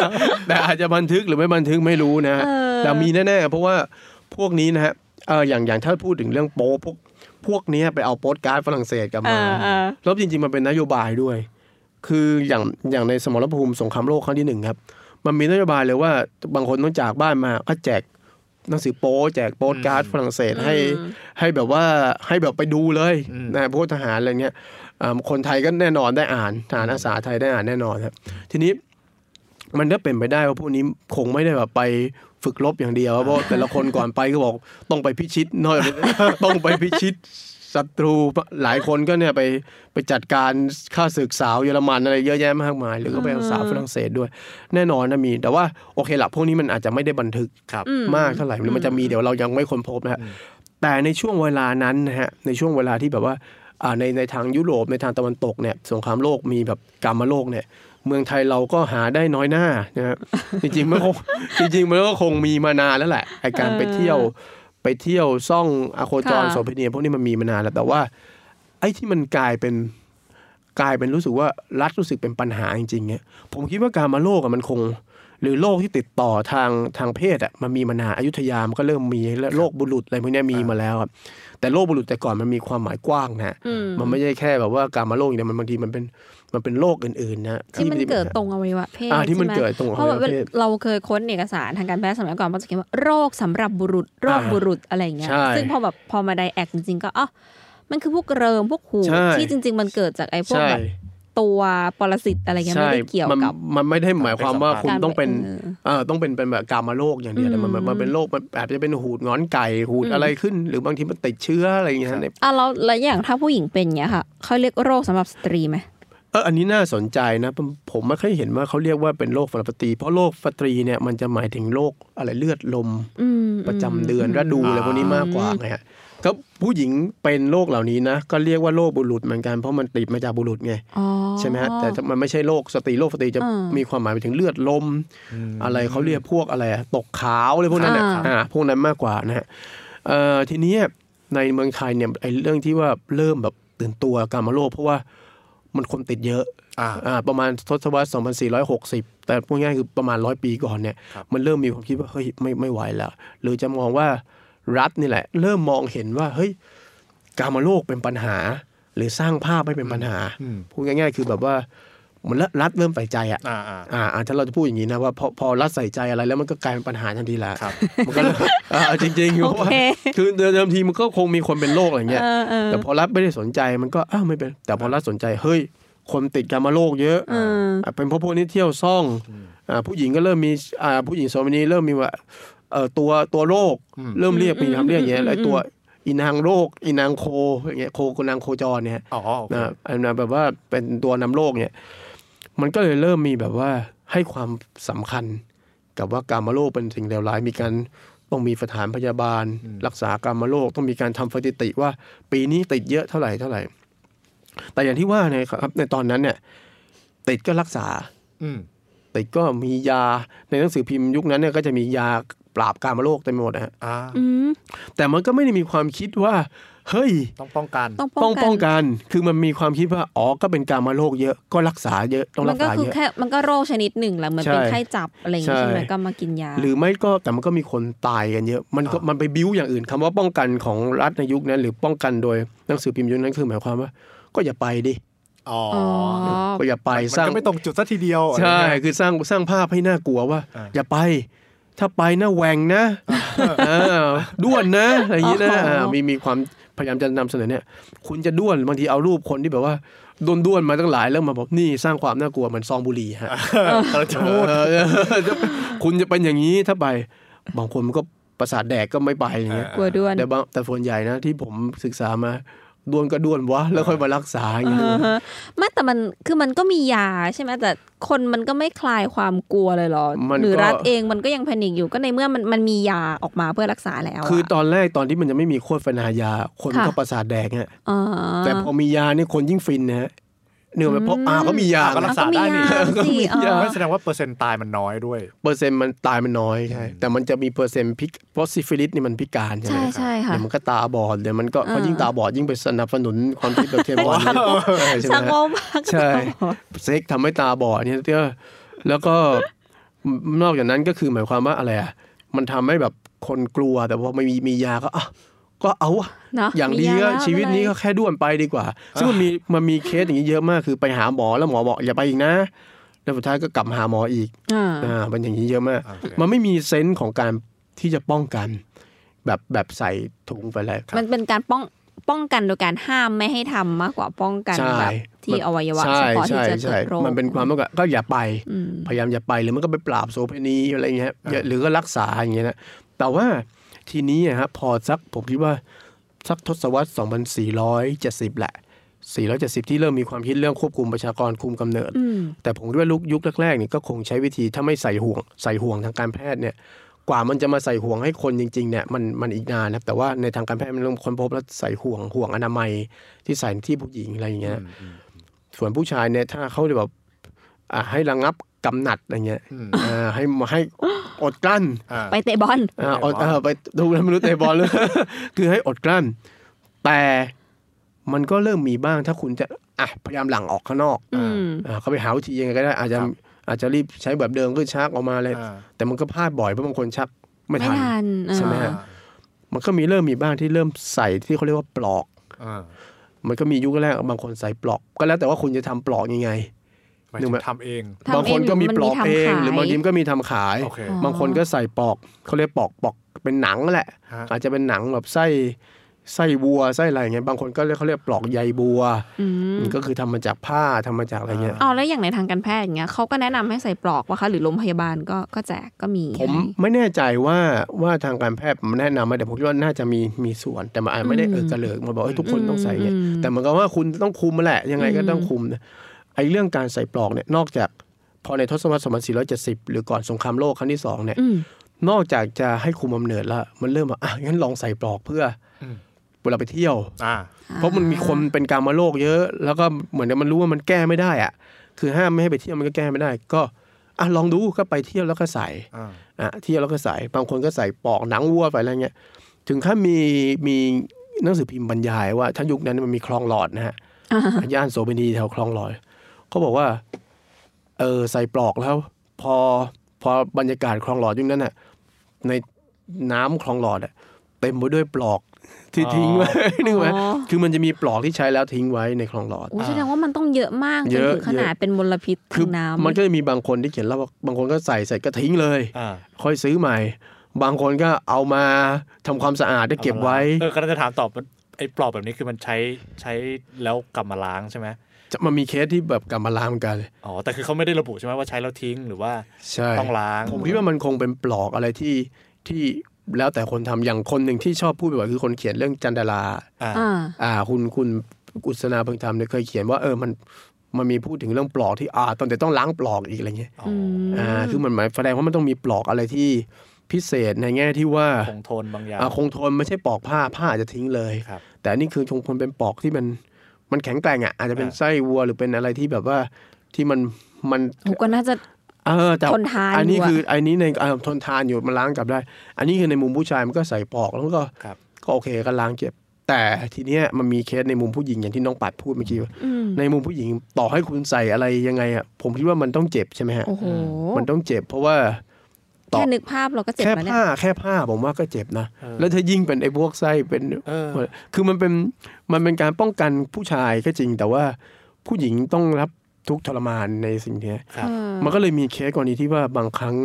ๆ แต่อาจจะบันทึกหรือไม่บันทึกไม่รู้นะ เออ แต่มีแน่ๆเพราะว่าพวกนี้นะฮะเอออย่างอย่างถ้าพูดถึงเรื่องโป๊พวกพวกเนี้ยไปเอาโป๊ตการ์ดฝรั่งเศสกลับ เอ มา อเออ แล้วจริงๆ มันเป็นนโยบายด้วย คืออย่างอย่างในสมรภูมิสงครามโลกครั้งที่หนึ่งครับ มันมีนโยบายเลยว่าบางคนต้องจากบ้านมาก็แจก หนังสือโป๊แจกโป๊ตการ์ดฝรั่งเศสให้ให้แบบว่าให้แบบไปดูเลย อืม นะพวกทหารอะไรเงี้ยอ่าคนไทยก็แน่นอนได้อ่านทหารอาสาไทยได้อ่านแน่นอนครับทีนี้มันก็เป็นไปได้ว่าพวกนี้คงไม่ได้แบบไปฝึกรบอย่างเดียวเพ [LAUGHS] ราะแต่ละคนก่อนไปก็บอกต้องไปพิชิต [LAUGHS] น้อย ต้องไปพิชิตศัตรูหลายคนก็เนี่ยไปไปจัดการฆ่าศึกสาวเยอรมันอะไรเยอะแยะมากมาย หรือก็ไปสาวฝรั่งเศสด้วย แน่นอนนะมี แต่ว่าโอเคละพวกนี้มันอาจจะไม่ได้บันทึก ครับ มากเท่าไหร่มันจะมีเดี๋ยวเรายังไม่ค้นพบนะฮะแต่ในช่วงเวลานั้นนะฮะในช่วงเวลาที่แบบว่าอ่าในในทางยุโรปในทางตะวันตกเนี่ยสงครามโลกมีแบบกามาโลกเนี่ย เมืองไทยเราก็หาได้น้อยหน้านะฮะ จริงๆมันคงจริงๆมันก็คงมีมานานแล้วแหละไอการไปเที่ยวไปเที่ยวซ่องอะโคจร ค่ะ โสเภณีพวกนี้มันมีมานานแล้วแต่ว่า ไอ้ที่มันกลายเป็นกลายเป็นรู้สึกว่ารัฐรู้สึกเป็นปัญหาจริงๆเนี่ยผมคิดว่าการมาโลกอะมันคง หรือโรคที่ติดต่อทางทางเพศอ่ะมันมีมานานอายุทยามนก็เริ่มมีแล้วโรคบุรุษอะไรพวกเนี้ยมีมาแล้วครับแต่โรคบุรุษแต่ก่อนมันมีความหมายกว้างนะฮะ อืม มันไม่ใช่แค่แบบว่าการมาโรคอย่างเดียวมันบางทีมันเป็นมันเป็นโรคอื่นๆนะ ที่มันเกิดตรงอวัยวะเพศ อ่าที่มัน ใช่ไห เกิดตรงอ เพ วั ราะว่ายะวเวล เพศ เราเคยค้นเอกสารทางการแพทย์สมัยก่อนมันจะเขียนว่าโรคสำหรับบุรุษ โรคบุรุษอะไรอย่างเงี้ย ใช่ ซึ่งพอแบบพอมาไดแอกจริงๆ ก็อ๋อมันคือพวกเริมพวกหูด ใช่ ที่จริง ๆ มันเกิดจากไอ้พวก ใช่ แบบตัวปรสิตอะไรเงี้ยไม่ได้เกี่ยว มัน กับ มันไม่ได้หมายความว่าคุณ การ ต้องเป็น ออ เออต้องเป็นเป็นแบบกามาโรคอย่างเดียวแต่มันมันมันเป็นโรคมันอาจจะเป็นหูดงอนไก่หูด อืม อะไรขึ้น หรือบางทีมันติดเชื้ออะไรอย่างเงี้ยใน อ่ะแล้วแล้วอย่างถ้าผู้หญิงเป็นเงี้ยค่ะเขาเรียกโรคสำหรับสตรีไหม เอออันนี้น่าสนใจนะ ผมผมไม่เคยเห็นว่าเขาเรียกว่าเป็นโรคฝันปตีเพราะโรคฝันตรีเนี่ยมันจะหมายถึงโรคอะไรเลือดลม อืม ประจำเดือนฤดูอะไรพวกนี้มากกว่าไงฮะก็ผู้หญิงเป็นโรคเหล่านี้นะ ก็เรียกว่าโรคบุรุษเหมือนกันเพราะมันติดมาจากบุรุษไง อ๋อ ใช่ไหมฮะแต่มันไม่ใช่โรคสตรีโรคสตรีจะ อ่ามี มีความหมายไปถึงเลือดลม อะไรเขาเรียกพวกอะไรอะตกขาวอะไรพวกนั้นน่ะ อ่า อ่าพวกนั้นมากกว่านะฮะเอ่อทีนี้ในเมืองไทยเนี่ยไอ้เรื่องที่ว่าเริ่มแบบตื่นตัวการมาโรคเพราะว่ามันคนติดเยอะ อ่า อ่าประมาณทศวรรษ 2460 แต่พูดง่ายๆคือประมาณร้อยปีก่อนเนี่ย ครับ มันเริ่มมีความคิดว่าเฮ้ยไม่ไม่ไหวแล้ว หรือจะมองว่ารัฐนี่แหละ เริ่มมองเห็นว่าเฮ้ยการมาโรคเป็นปัญหา หรือสร้างภาพให้เป็นปัญหา อืม พูดง่ายๆ คือแบบว่าเหมันรัฐเริ่มใส่ใจอ่ะ อ่าอ่า อ่าอ่าถ้าเราจะพูดอย่างนี้นะว่าพอพอรัฐใส่ใจอะไรแล้วมันก็กลายเป็นปัญหาทันทีแหละ ครับ มันก็เลย [LAUGHS] อ่าจริงๆเพ โอ ราะว่า เค คือเดิมเดิมทีมันก็คงมีคนเป็นโรคอะไรเงี้ย เออเออ แต่พอรัฐไม่ได้สนใจมันก็อ้าวไม่เป็น แต่พอรัฐสนใจเฮ้ย คนติดกามาโรคเยอะ เออ อ่ะเป็นเพราะพวกนี้เที่ยวซ่องอ่าผู้หญิงก็เริ่มมีอ่าผู้หญิงโสมนีเริ่มมีว่าเอ่อตัวตัวโรค อืม เริ่มเรียกมี อืม คำเรียกอย่างเงี้ย อืม แล้วไอ้ตัวอีนางโรคอีนางโคอย่างเงี้ยโคกบนางโคจรเนี่ย อ๋อโอเค นะอันนั้นแบบว่าเป็นตัวนำโรคเนี่ย มันก็เลยเริ่มมีแบบว่าให้ความสำคัญกับว่าการมาโรคเป็นสิ่งเลวร้ายมีการต้องมีสถานพยาบาล รักษาการมาโรคต้องมีการทำสถิติว่า ปีนี้ติดเยอะเท่าไหร่เท่าไหร่ แต่อย่างที่ว่าเนยครับในตอนนั้นเนี่ย ติดก็รักษา อืม ติดก็มียาในหนังสือพิมพ์ยุคนั้นเนี่ยก็จะมียาปราบการมาโรคเต็มไปหมดนะฮะ อ่า อืม แต่มันก็ไม่ได้มีความคิดว่าเฮ้ย ต้องป้องกัน ต้อง ต้องป้ ป้ อ อง งกัน กัน คือมันมีความคิดว่า อ๋อ ก็เป็นการมาโรคเยอะ ก็รักษาเยอะ ต้อง มั รัก ก็ ษา คือ เยอะ แค่มันก็โรคชนิดหนึ่งแหละเหมือนเป็น ใช่ ไข้จับอะไรอย่างเงี้ย ใช่ ใช่ไหมก็มากินยา หรือไม่ก็ แต่มันก็มีคนตายกันเยอะ มันก็ อ่ามั มันไปบิ้วอย่างอื่นคำว่าป้องกันของรัฐในยุคนั้น หรือป้องกันโดยหนังสือพิมพ์ยุคนั้นคือหมายความว่า ก็อย่าไปดิ อ๋อ อ๋อ ก็อย่าไป มัน สร้าง ก็ไม่ตรงจุดซะทีเดียวอะไร ใช่ เงี้ย คือสร้าง สร้างภาพให้น่ากลัวว่า อ่า อย่าไป ถ้าไปนะแหวงนะเออด้วนนะ อะไรอย่างนี้นะ อ๋ออ่ ามี มีความ พยายามจะนำเสนอเนี่ย คุณจะด้วน บางทีเอารูปคนที่แบบว่าโดนด้วนมาตั้งหลายแล้วมาบอก นี่สร้างความน่ากลัวเหมือนซองบุหรี่ฮะ กำลังจะพูด เออ [LAUGHS] จะคุณจะเป็นอย่างนี้ถ้าไป บางคนมันก็ประสาทแดกก็ไม่ไปอย่างเงี้ย อ่า กลัวด้วน แต่บางแต่ส่วนใหญ่นะที่ผมศึกษามาด้วนก็ด้วนวะ แล้วค่อยมารักษาอย่างเงี้ย เออไม่แต่มันคือมันก็มียาใช่ไหมแต่คนมันก็ไม่คลายความกลัวเลยเหรอ มันก็ หรือรัฐเองมันก็ยังแพนิคอยู่ก็ในเมื่อมันมันมียาออกมาเพื่อรักษาแล้วะ คือตอนแรกตอนที่มันยังไม่มีโฆษณายา คน ค่ะ ก็ประสาทแดกเนี่ย อ๋อ แต่พอมียาเนี่ยคนยิ่งฟินนะฮะเนื่องไปเพราะอ่าก็มียา อ่าก็รั นะ กษาได้นี่ อ่ะก็มียาก็สิมียา อ๋อ ไม่แสดงว่าเปอร์เซ็นต์ตายมันน้อยด้วย เปอร์เซ็นต์มันตายมันน้อยใช่แต่มันจะมีเปอร์เซ็นต์พิกเพราะซิฟิลิสนี่มันพิการใช่ไหม ใช่ใช่ค่ะ เดี๋ยวมันก็ตาบอดเดี๋ยวมันก็พอ อ่ายิ่ ยิ่งตาบอดยิ่งไปสนับสนุนความคิดแบบเทมอนเนี่ยใช่ไหม สัง ฮะ โมมาก ใช่ เซ็กทำให้ตาบอดเนี่ยก็แล้วก็นอกจากนั้นก็คือหมายความว่าอะไรอ่ะมันทำให้แบบคนกลัวแต่ว่าไม่มีมียาก็อ่ะก็เอาวะ เนะ อย่าง มี ดีก็ แล้ ชีวิตนี้ก็ อะไร แค่ด้วนไปดีกว่า ซึ่งมันมีมันมีเคสอย่างนี้เยอะมากคือไปหาหมอแล้วหมอบอกอย่าไปอีกนะ แล้วสุดท้ายก็กลับมาหาหมออีก อ่า อ่ามันอย่างนี้เยอะมาก โอเค มันไม่มีเซนส์ของการ ที่จะป้องกัน แบบแบบใส่ถุงไปเลยครับ มันเป็นการป้องป้องกันโดยการห้ามไม่ให้ทำมากกว่าป้องกัน ใช่ แบบที่ มัน อวัยวะเฉ ใช่ พาะที่ ใช่ จะเกิ ใช่ ดโรค มันเป็นความต้องการก็อย่าไป อืม พยายามอย่าไปหรือมันก็ไปปราบโสเภณีอะไรอย่างเงี้ยอย่าหรือก็รักษาอย่างเงี้ยนะแต่ว่าทีนี้อะฮะพอสักผมคิดว่า สักทศวรรษ 2470 แหละ 470 ที่เริ่มมีความคิดเรื่องควบคุมประชากรคุมกำเนิด อืม แต่ผมคิดว่าลุกยุคแรกๆเนี่ยก็คงใช้วิธีถ้าไม่ใส่ห่วง ใส่ห่วงทางการแพทย์เนี่ย กว่ามันจะมาใส่ห่วงให้คนจริงๆเนี่ยมันมันอีกนานนะครับแต่ว่าในทางการแพทย์มันเริ่มค้นพบแล้วใส่ห่วงห่วงอนามัยที่ใส่ที่ผู้หญิงอะไรอย่างเงี้ย ส่วนผู้ชายเนี่ยถ้าเขาแบบอ่ะให้ระงับกำหนัดอะไรเงี้ย อืม อ่าให้ให้อดกลั้น อ่า ไปเตะบอล อ่าอด เตะบอล อ่าไปดูแล้วไม่รู้เตะบอลเลย [LAUGHS] คือให้อดกลั้น แต่มันก็เริ่มมีบ้างถ้าคุณจะอ่ะพยายามหลั่งออกข้างนอก อืม อ่าเขาไปหาวิธียังไงก็ได้ อาจจะ ครับ อาจจะรีบใช้แบบเดิมก็ชักออกมาเลย อ่า แต่มันก็พลาดบ่อยเพราะบางคนชักไม่ ไม่ ทัน ทันเออ ใช่ไหมฮะ มันก็มีเริ่มมีบ้างที่เริ่มใส่ที่เขาเรียกว่าปลอก อ่า มันก็มียุคแรกบางคนใส่ปลอก ก็แล้วแต่ว่าคุณจะทำปลอกยังไง หมายถึงทำเอง ทำ บางคนก็มี เน ปลอก ทำ เอง ขย หรือบางทีมนก็มีทำขาย โอเค อ๋อ บางคนก็ใส่ปลอกเขาเรียกปลอกปลอกเป็นหนังแหละ ฮะ อาจจะเป็นหนังแบบไส้ไส้วัวไส้อะไรอย่างเงี้ยบางคนก็เรียกเขาเรียกปลอกใยบัว อืม ก็คือทำมาจากผ้าทำมาจากอะไรเงี้ย เอาแล้วอย่างในทางการแพทย์อย่างเงี้ยเขาก็แนะนำให้ใส่ปลอกวะคะ หรือโรงพยาบาลก็ก็แจกก็มี ผมไม่แน่ใจว่าว่าทางการแพทย์มันแนะนำไหมาแต่ผมคิดว่าน่าจะมีมีส่วนแต่มันอาจไม่ได้เออ อืม กระเลิกมาบอกให้ยทุกคน อืม ต้องใส่เงี้ย อืม แต่เหมือนกับว่าคุณต้องคุมมาแหละ ยังไงก็ อืม ต้องคุมนะไอ้เรื่องการใส่ปลอกเนี่ยนอกจากพอในทศวรรษ2470 หรือก่อนสงครามโลกครั้งที่สองเนี่ย อืม นอกจากจะให้คุมกำเนิดแล้ว มันเริ่มแบบอ่ะงั้นลองใส่ปลอกเพื่ออ ม เวลาไปเที่ยว อ่า เพราะมันมีคนเป็นการมาโรคเยอะ แล้วก็เหมือนกับมันรู้ว่ามันแก้ไม่ได้อะคือห้ามไม่ให้ไปเที่ยวมันก็แก้ไม่ได้ ก็อ่ะลองดูก็ไปเที่ยวแล้วก็ใส่ อ่า อ่ะเที่ยวแล้วก็ใส่บางคนก็ใส่ปลอกหนังวัวไปอะไรเงี้ยถึงขั้นมีมีหนังสือพิมพ์บรรยายว่าถ้ายุคนั้นมันมีคลองหลอดนะฮะ อ่าฮะ ย่านโสเภณีแถวคลองหลอดเขาบอกว่า เออใส่ปลอกแล้ว พอพอบรรยากาศคลองหลอดยุคนั้นน่ะ ในน้ำคลองหลอดอะเต็มไปด้วยปลอกที่ อ๋อ ทิ้งไว้ [LAUGHS] นึกไหม อ๋อ คือมันจะมีปลอกที่ใช้แล้วทิ้งไว้ในคลองหลอด โอ้แสดงว่ามันต้องเยอะมากจ เย น อะ ถึงขนาด เยอะ เป็นมลพิษ คื ทางน้ำ มันก็จะมีบางคนที่เขียนแล้วว่าบางคนก็ใส่เสร็จก็ทิ้งเลย อ่า ค่อยซื้อใหม่ บางคนก็เอามาทำความสะอาดได้เก็บไว้ เออกำลังจะถามตอบมันไอ้ปลอกแบบนี้คือมันใช้ใช้แล้วกลับมาล้างใช่ไหม จะมันมีเคสที่แบบกลับมาล้างเหมือนกันเลย อ๋อแต่คือเขาไม่ได้ระบุใช่ไหมว่าใช้แล้วทิ้งหรือว่า ใช่ ต้องล้าง ผมคิดว่ามันคงเป็นปลอกอะไรที่ที่แล้วแต่คนทำอย่างคนหนึ่งที่ชอบพูดบ่อยๆคือคนเขียนเรื่องจันดารา อ่า อ่า อ่าคุณคุณกุศนาเพิ่งทำเนี่ยเคยเขียนว่าเออมันมันมีพูดถึงเรื่องปลอกที่อ่าตอนแต่ต้องล้างปลอกอีกอะไรเงี้ย อ๋อ ม อ่าคือมันหมายแสดงว่ามันต้องมีปลอกอะไรที่พิเศษในแง่ที่ว่า คงทนบางอย่าง อ่าคงทนไม่ใช่ปลอกผ้าผ้าอาจจะทิ้งเลย ครับ แต่อันนี่คือคงทนเป็นปลอกที่มันมันแข็งแกร่งอ่ะอาจจะเป็น อ่า ไส้วัวหรือเป็นอะไรที่แบบว่าที่มันมัน โหก็น่าจะ เออแต่ ทนทาน อันนี้ อคืยู่อะออันนี้ในอ่าทนทานอยู่มันล้างกลับได้ อันนี้คือในมุมผู้ชายมันก็ใส่ปลอกแล้วก็ ครับ ก็โอเคก็ล้างเก็บ แต่ทีเนี้ยมันมีเคสในมุมผู้หญิงอย่างที่น้องปัดพูดเมื่อกี้ว่า อืม ในมุมผู้หญิงต่อให้คุณใส่อะไรยังไงอ่ะผมคิดว่ามันต้องเจ็บใช่ไหมฮะ โอ้โห มันต้องเจ็บ เพราะว่า แค่นึกภาพเราก็เจ็บ แค่ แล้วเนี่ย ผ้าแค่ผ้าผมว่าก็เจ็บนะ เออ แล้วถ้ายิ่งเป็นไอ้พวกไส้เป็น เออ คือมันเป็นมันเป็นการป้องกันผู้ชายก็จริง แต่ว่าผู้หญิงต้องรับทุกข์ทรมานในสิ่งเนี้ย ครับ เออ มันก็เลยมีเคสกรณีที่ว่าบางครั้ง